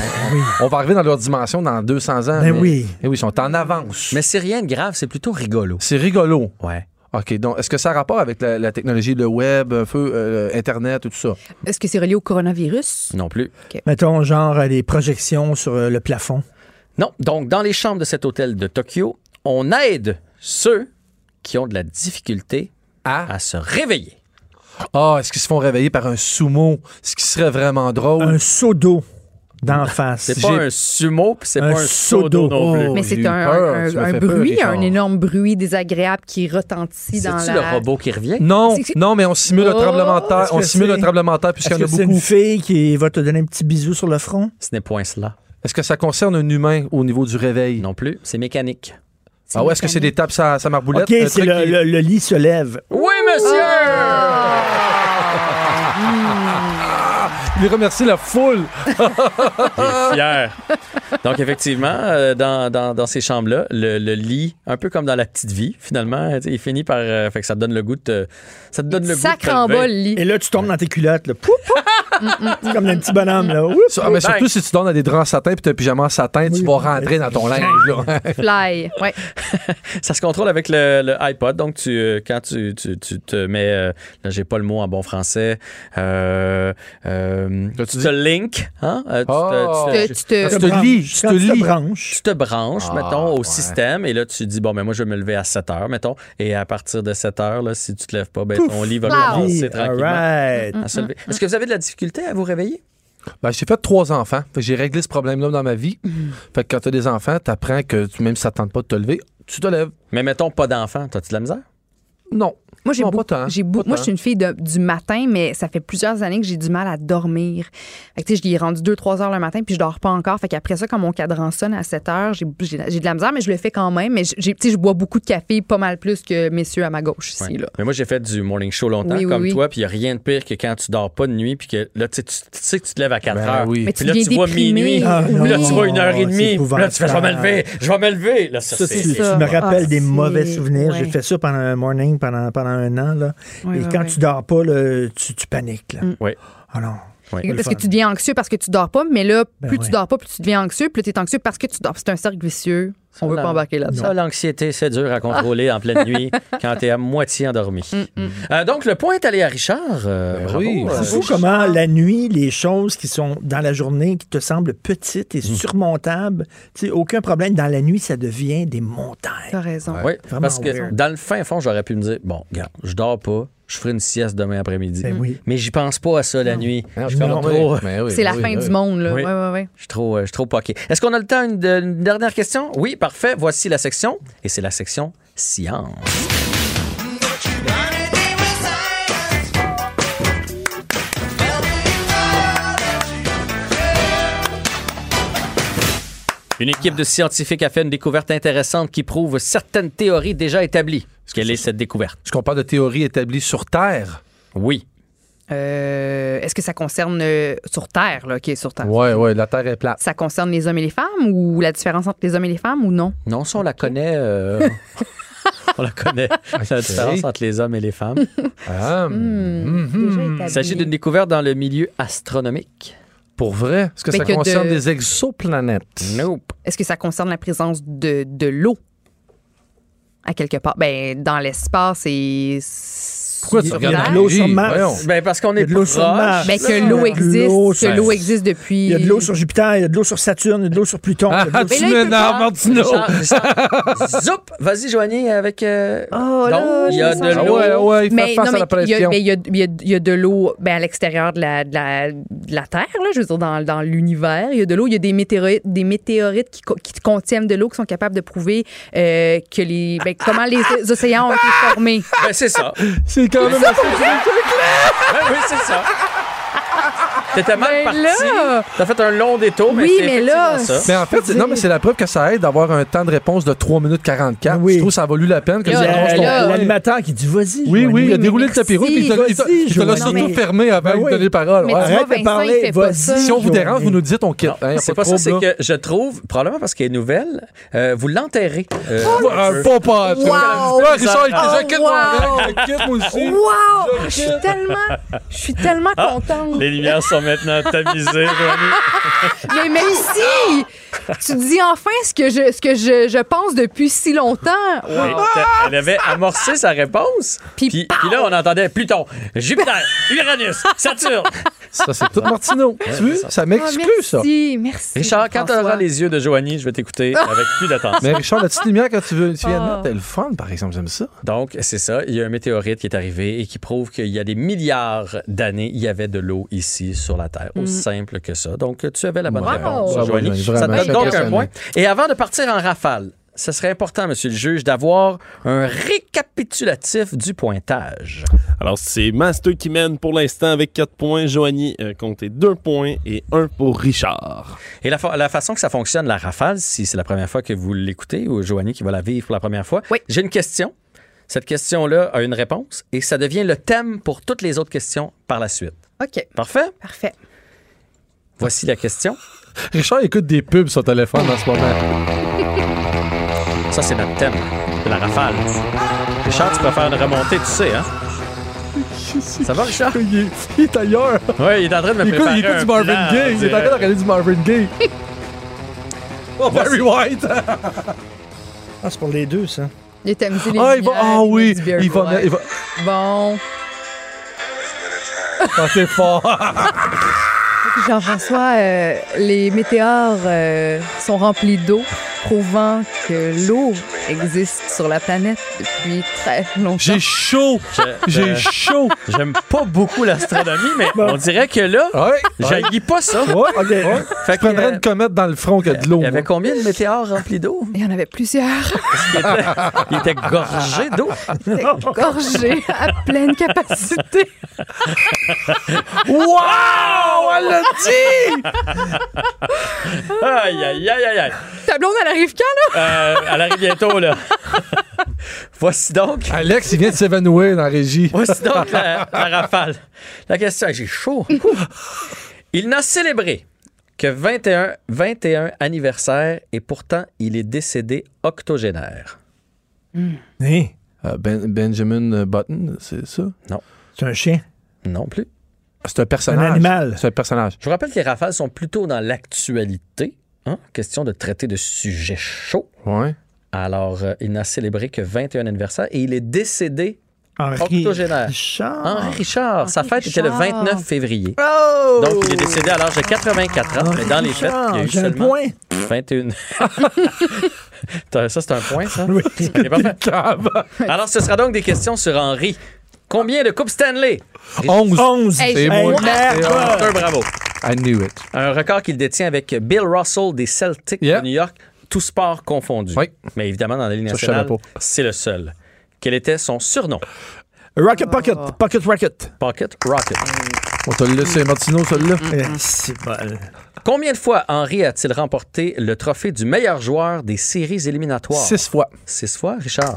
F: On va arriver dans leur dimension dans 200 ans.
D: Ah Ben
F: mais-
D: oui.
F: Eh oui, ils sont en avance.
C: Mais c'est rien de grave, c'est plutôt rigolo.
F: c'est rigolo.
C: Ouais.
F: OK, donc est-ce que ça a rapport avec la, la technologie, le web, un peu, euh, Internet et tout ça?
E: Est-ce que c'est relié au coronavirus?
C: Non plus.
D: Mettons, genre, euh, des projections sur euh, le plafond.
C: Non, donc dans les chambres de cet hôtel de Tokyo, on aide ceux qui ont de la difficulté
F: Ah,
C: à se réveiller.
F: ah est-ce qu'ils se font réveiller par un sumo? Ce qui serait vraiment drôle.
D: Un seau d'eau d'en face.
C: C'est pas
F: J'ai-
C: un sumo, puis c'est
D: Un
C: pas un sodo
D: sodo.
C: non plus.
F: Oh,
E: Mais
F: j'ai
E: c'est
F: eu
E: un,
F: peur,
E: un-
F: tu m'as
E: un
F: fait peur,
E: bruit,
F: Richard.
E: un énorme bruit désagréable qui retentit dans
C: C'est-tu
E: la...
C: le robot qui revient?
F: Non,
E: C'est que-
F: non, mais on simule un
E: Oh!
F: tremblement de terre.
D: Est-ce
F: On
D: que
F: simule
D: c'est-
F: un tremblement de terre puisqu'il
D: Est-ce
F: y en
D: que
F: a
D: c'est une
F: beaucoup.
D: fille qui va te donner un petit bisou sur le front?
C: Ce n'est point cela.
F: Est-ce que ça concerne un humain au niveau du réveil?
C: Non plus, c'est mécanique.
F: Ah ouais, est-ce que c'est des tapes à sa marboulette?
D: OK,
F: Un
D: c'est
F: truc
D: le,
F: qui-
D: le- le lit se lève.
C: Oui, monsieur!
F: Il remercie la foule.
D: Oh,
C: Fier. Oh! [LAUGHS] Donc, effectivement, euh, dans, dans- dans ces chambres-là, le, le lit, un peu comme dans la petite vie, finalement, tu sais, il finit par. euh, fait que ça te donne le goût de. te- Ça te donne le
E: Sacre
C: goût
E: en
C: de. te
E: bas, le
C: lever.
E: lit.
D: Et là, tu tombes dans tes culottes. Là. Pou,
E: [LAUGHS]
D: pou. C'est comme un petit bonhomme. Là. Oups.
F: [LAUGHS] Ah, mais surtout si tu donnes à des draps en satin puis t'as un pyjama en satin, tu vas rentrer dans ton linge. là.
E: Fly. Ouais.
C: Ça se contrôle avec le, le iPod. Donc, tu, euh, quand tu, tu- tu te mets. euh, là, j'ai pas le mot en bon français. Euh, euh, tu
F: T'as-tu
C: te link. Hein? Euh, tu,
F: Oh.
C: te, tu te-
E: Tu- tu te-
F: Parce que le lit,
D: Quand
F: le
D: tu te
F: lis.
D: branches.
C: tu te branches,
F: Ah,
C: mettons, au
F: ouais.
C: système. Et là, tu dis, bon, mais moi, je vais me lever à 7 heures, mettons. Et à partir de 7 heures, là, si tu te lèves pas, ben, ton lit va
E: Wow.
C: commencer
D: All
C: tranquillement.
D: right.
C: à se lever. Est-ce que vous avez de la difficulté à vous réveiller?
F: Ben, j'ai fait trois enfants. Fait que j'ai réglé ce problème-là dans ma vie.
D: Mm.
F: Fait que quand t'as des enfants, t'apprends que tu, même si ça te tente pas de te lever, tu te lèves.
C: Mais mettons pas d'enfant, t'as-tu de la misère?
F: Non.
E: Moi, j'ai
F: Non,
E: beaucoup-
F: pas tant.
E: j'ai
F: Pas
E: beaucoup- moi, je
F: tant.
E: suis une fille de- du matin, mais ça fait plusieurs années que j'ai du mal à dormir. Fait que, tu sais, je l'ai rendu 2-3 heures le matin, puis je dors pas encore. Fait qu'après ça, quand mon cadran sonne à 7 heures, j'ai j'ai- j'ai de la misère, mais je le fais quand même. Mais j'ai- tu sais, je bois beaucoup de café, pas mal plus que messieurs à ma gauche ici.
C: Ouais.
E: Là.
C: Mais moi, j'ai fait du morning show longtemps,
E: Oui, oui,
C: comme
E: oui.
C: toi, puis il a rien de pire que quand tu dors pas de nuit, puis que là, tu sais, tu tu sais que tu te lèves à 4
F: Ben
C: heures.
F: oui. Mais
C: Puis
E: tu
C: là,
E: viens
C: tu vois
E: déprimé.
C: minuit.
D: Ah,
C: puis
D: non.
C: là, tu vois une heure et
D: C'est
C: demie. Puis là, tu fais, je vais me
D: épouvantable.
C: lever, je vais me lever. Là, ça,
D: Ça,
C: c'est-
D: tu, tu
E: ça.
D: me rappelles
E: Ah,
D: des
E: c'est-
D: mauvais souvenirs. J'ai
E: ouais.
D: fait ça pendant un morning, pendant, pendant un an. Là.
E: Ouais,
D: Et
E: ouais,
D: quand
E: ouais. Mm.
D: tu dors pas, là, tu, tu paniques. Là.
C: Oui.
D: Ah non.
C: Oui,
E: Parce
D: le
E: que
D: fun.
E: tu deviens anxieux parce que tu dors pas, mais là,
D: Ben
E: plus
D: ouais.
E: tu dors pas, plus tu deviens anxieux, plus tu es anxieux parce que tu dors. C'est un cercle vicieux. On veut
C: là-
E: pas embarquer là-dedans.
C: Ça, l'anxiété, c'est dur à contrôler en pleine [LAUGHS] nuit quand t'es à moitié endormi. Euh, donc, le point est allé à Richard. Euh,
F: Ben
C: bravo.
F: oui.
C: Euh,
D: C'est fou comment la nuit, les choses qui sont dans la journée, qui te semblent petites et
F: Mm.
D: surmontables, tu sais, aucun problème. Dans la nuit, ça devient des
E: T'as
D: montagnes.
E: raison.
C: Oui,
D: Vraiment
C: parce que
D: weird.
C: dans le fin fond, j'aurais pu me dire bon, regarde, je dors pas, je ferai une sieste demain après-midi.
D: Ben oui.
C: Mais j'y pense pas à ça la nuit.
F: Ah,
C: Je suis comme
F: oui.
C: trop,
F: Ben oui,
E: C'est la
F: oui,
E: fin
F: oui.
E: du monde, là.
C: Oui.
E: Ouais, ouais, ouais.
C: je suis trop, euh, je suis trop poqué. Est-ce qu'on a le temps une, de- une dernière question Oui, parfait. Voici la section et c'est la section science. Une équipe de scientifiques a fait une découverte intéressante qui prouve certaines théories déjà établies. Quelle est cette découverte
F: Est-ce qu'on parle de théorie établie sur Terre?
C: Oui.
E: euh, est-ce que ça concerne euh, sur Terre, là, qui est sur Terre?
F: Ouais, ouais, la Terre
D: [LAUGHS]
F: est plate.
E: Ça concerne les hommes et les femmes ou la différence entre les hommes et les femmes ou non?
C: Non, ça, on la connaît. [LAUGHS] euh, on la connaît. La différence entre les hommes et les femmes.
E: Hmm.
F: Ah,
C: Il s'agit d'une découverte dans le milieu astronomique.
F: Pour vrai? Est-ce que
E: Mais
F: ça
E: que de-
F: concerne des exoplanètes?
C: Nope.
E: Est-ce que ça concerne la présence de, de l'eau à quelque part? Ben, dans l'espace et.
F: Pourquoi tu
E: sur
F: regardes
E: Terre?
F: la
D: l'eau sur
F: J?
D: Mars.
F: Voyons.
C: Ben, parce qu'on
D: Il y
C: est
D: a de l'eau sur
C: proche.
D: Mars.
E: Ben,
D: Là,
E: que l'eau
D: de
E: existe,
D: l'eau sur-
E: que l'eau existe depuis.
D: Il y a de l'eau sur Jupiter, il y a de l'eau sur Saturne, il y a de l'eau sur Pluton. il y a de l'eau
F: Ah,
E: Mais
F: tu
E: là, il peut
F: m'énerves,
E: pas.
F: Martino!
C: Richard, Richard, Zoup! Vas-y, joignez avec. euh,
E: Oh, là,
C: Donc, il y a
E: je
C: de
E: me sens-
F: Ah
C: l'eau.
F: ouais, ouais, il fait
E: Mais non,
F: face à la
E: mais il y a-
F: pression.
E: mais il y a, il y a- il y a de l'eau ben, à l'extérieur de la, de, la, de la Terre, là, je veux dire, dans, dans l'univers. Il y a de l'eau, il y a des météorites, des météorites qui, co- qui contiennent de l'eau qui sont capables de prouver euh, que les, ben, comment les o- océans ont été [LAUGHS] formés.
C: Ben, c'est ça.
F: C'est quand même assez
C: Ben oui, c'est ça. T'étais mal
E: Ben
C: parti.
E: là!
C: T'as fait un long détour, mais
E: Oui,
C: c'est
E: mais là,
C: effectivement ça.
F: Mais en fait, c'est- non, mais c'est la preuve que ça aide d'avoir un temps de réponse de 3 minutes 44.
D: Oui.
F: Je trouve que ça a valu la peine que
D: Il y
F: tu
D: a
E: là,
F: annonces ton
D: la-
E: là,
D: L'animateur qui dit vas-y.
F: ah, Oui, oui, il a
E: mais
F: déroulé le tapis rouge,
E: merci,
F: puis il te l'a- il t'a- il te l'a
D: vas-y,
F: surtout
E: Joanie.
F: fermé avant
D: Ben
F: de
D: oui.
F: donner parole.
E: Mais
F: ouais.
E: tu vois,
D: Arrête de
E: Vincent,
D: parler,
E: il fait pas
D: vas-y.
E: ça.
F: Si on vous dérange, vous nous dites, on quitte. hein, y a
C: C'est
F: pas,
C: pas
F: de
C: ça, c'est
F: trouble, là.
C: que je trouve, probablement parce qu'elle est nouvelle, euh, vous l'enterrez. Euh,
E: Oh.
F: Euh, Pas pas.
E: Wow!
F: Ouais, Richard, il était déjà
E: Oh,
F: quitte, moi,
E: wow!
F: avec, quitte, moi aussi.
E: Wow! Je suis tellement, je suis tellement contente.
C: Les lumières sont maintenant tamisées, Joanie.
E: Mais merci! tu dis enfin ce que je, ce que je, je pense depuis si longtemps.
C: Elle était- Elle avait amorcé sa réponse.
E: Puis
C: Puis, puis là, on entendait Pluton, Jupiter, Uranus, Saturne.
F: Ça, c'est tout Martino. Tu vois, ça
E: Ah,
F: m'exclut, ça.
E: merci, merci.
C: Richard, quand tu auras
E: François.
C: les yeux de Joanie, je vais t'écouter avec plus d'attention.
F: Mais Richard, la petite lumière quand tu veux, tu viens de
E: Ah.
F: mettre, elle est le fun, par exemple, j'aime ça.
C: Donc, c'est ça. Il y a un météorite qui est arrivé et qui prouve qu'il y a des milliards d'années, il y avait de l'eau ici sur la Terre. Aussi simple que ça. Donc, tu avais la bonne
F: Wow.
C: réponse,
F: Bravo,
C: Joanie.
F: Joanie,
C: ça
F: vraiment,
C: te donne donc un
F: impressionné.
C: point. Et avant de partir en rafale, ce serait important, monsieur le juge, d'avoir un récapitulatif du pointage.
H: Alors, c'est Master qui mène pour l'instant avec 4 points. Joanie euh, comptait 2 points et 1 pour Richard.
C: Et la, fa- la façon que ça fonctionne, la rafale, si c'est la première fois que vous l'écoutez ou Joanie qui va la vivre pour la première fois,
E: Oui.
C: j'ai une question. Cette question-là a une réponse et ça devient le thème pour toutes les autres questions par la suite.
E: OK,
C: Parfait?
E: parfait.
C: Voici la question.
F: Richard écoute des pubs sur téléphone en ce moment.
C: Ça, c'est notre thème, de la rafale. Richard, tu peux faire une remontée, tu sais,
F: [LAUGHS]
C: hein? Ça va, Richard?
F: Il est, il est
C: [LAUGHS]
F: ailleurs.
C: Oui, il est en train de me
F: Il écoute,
C: préparer
F: il écoute
C: un
F: du Marvin
C: plan, euh,
F: Gaye.
C: on
F: Il est en train de
C: dirait.
F: regarder du Marvin
E: [LAUGHS]
F: Gaye. Oh, Barry White!
D: Ah, c'est pour les deux, ça.
E: Il a tamisé les
F: Ah, il va,
E: lumières,
F: ah
E: il met
F: oui!
E: du beer
F: Il va,
E: bright.
F: il va.
E: Bon,
F: Ah, t'es fort!
C: [LAUGHS]
E: Jean-François, euh, les météores euh, sont remplis d'eau, prouvant que l'eau existe sur la planète depuis très longtemps.
F: J'ai chaud! J'ai chaud!
C: J'aime pas beaucoup l'astronomie, mais on dirait que là,
F: Ah Ouais!
C: j'haillis pas ça.
F: Ouais! ok.
C: Fait
F: Je prendrais
C: que, euh,
F: une comète dans le front que de l'eau.
C: il y avait
F: moi.
C: combien de météores remplis d'eau?
E: Il y en avait plusieurs [LAUGHS]
C: Il était gorgé d'eau.
E: gorgées à pleine capacité.
F: Wow! Elle l'a dit!
C: Aïe, aïe, aïe, aïe, aïe.
E: Ta blonde, elle arrive quand, là?
C: Euh, elle arrive bientôt, là. Voici donc.
F: Alex, il vient de s'évanouir dans la régie.
C: Voici donc la, la rafale. La question, j'ai chaud. Il n'a célébré que 21, 21 anniversaires et pourtant il est décédé octogénaire.
D: Hein,
F: Euh, Ben- Benjamin Button, c'est ça?
D: c'est un chien.
C: Non plus.
F: C'est un personnage.
D: Un animal.
F: C'est un personnage.
C: Je vous rappelle que les rafales sont plutôt dans l'actualité. hein, Question de traiter de sujets chauds.
F: Ouais.
C: Alors, euh, il n'a célébré que 21 anniversaires et il est décédé.
D: Henri
C: Octogénaire.
D: Richard.
C: Henri Richard, sa
E: Henri
C: fête était le
E: Richard.
C: 29 février.
D: Ah. Oh!
C: Donc, il est décédé à l'âge de 84 ans, mais dans les fêtes, il y a eu
D: J'ai un
C: seulement
D: point.
C: 21. T'as- ça, c'est un point, ça?
D: Oui.
C: Ok, parfait. Alors, ce sera donc des questions sur Henri. Combien de coupes Stanley?
F: 11.
D: 11.
E: Hey,
F: C'est
E: je-
F: moi.
D: merde.
C: Un bravo.
F: I knew it.
C: Un record qu'il détient avec Bill Russell des Celtics
F: Yeah.
C: de New York, tout sport confondu.
F: Oui.
C: Mais évidemment, dans la Ligue
F: Ça, je
C: nationale,
F: savais pas.
C: c'est le seul. Quel était son surnom?
D: Rocket Pocket.
E: Ah.
D: Pocket Rocket.
C: Pocket Rocket.
F: On te le laisse, Martino, celui-là.
D: Eh, C'est bon.
C: Combien de fois Henri a-t-il remporté le trophée du meilleur joueur des séries éliminatoires?
F: Six fois.
C: Six fois, Richard.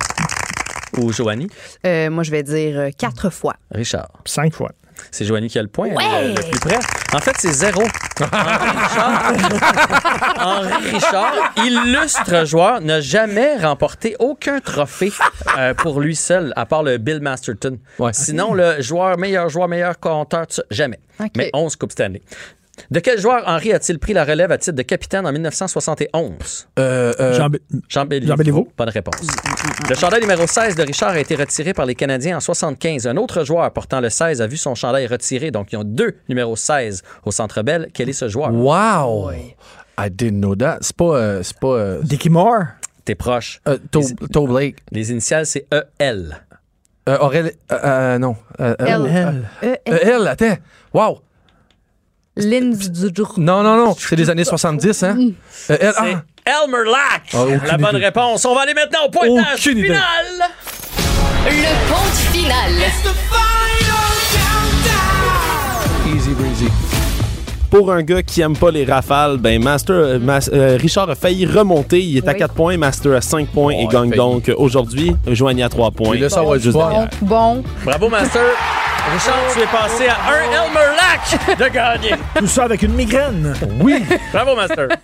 C: Ou Joanie?
E: Euh, moi, je vais dire euh, quatre fois.
C: Richard.
D: Cinq fois.
C: C'est Joanie qui a le point, elle est le, le plus près. En fait, c'est zéro. Henri Richard, Henri Richard, illustre joueur, n'a jamais remporté aucun trophée euh, pour lui seul, à part le Bill Masterton. Sinon, le joueur, meilleur joueur, meilleur compteur, tout ça, jamais.
E: OK.
C: Mais 11 Coupes Stanley. De quel joueur Henri a-t-il pris la relève à titre de capitaine en 1971?
F: Euh, euh,
D: Jean B-
C: Jean Béliveau.
D: Jean Béliveau.
C: Bonne réponse. Le chandail numéro 16 de Richard a été retiré par les Canadiens en 75. Un autre joueur portant le 16 a vu son chandail retiré, donc ils ont deux numéros 16 au Centre Bell. Quel est ce joueur?
F: Wow! I didn't know that. C'est pas. euh, c'est pas. euh,
D: Dickie Moore.
C: T'es proche.
F: euh, Toe Toe Blake.
C: Les initiales, c'est E EL.
F: Euh, Aurélie- euh, euh, non. Euh, euh,
E: Elle.
F: elle.
E: Euh,
F: Euh, elle, attends. Wow!
E: Lindsay-
F: Non, non, non. C'est des années 70, hein? Euh, elle,
C: C'est
F: ah!
C: Elmer Lack!
F: Ah, aucune
C: La bonne
F: idée.
C: réponse. On va aller maintenant au pointage
F: Aucune idée.
C: final.
A: Le compte final.
F: Easy breezy.
H: Pour un gars qui aime pas les rafales, ben Master, euh, Mas- euh, Richard a failli remonter. Il est à
E: Oui.
H: 4 points, Master à 5 points
F: Oh,
H: et
F: il
H: gagne
F: faillit.
H: donc euh, aujourd'hui. Joignez à 3 points.
F: Et là, ça va être
H: Juste
F: bon.
H: derrière.
E: Bon,
C: Bravo, Master. Richard, tu es passé à un Elmer Lack de gagner.
D: Tout ça avec une migraine.
C: Bravo, Master.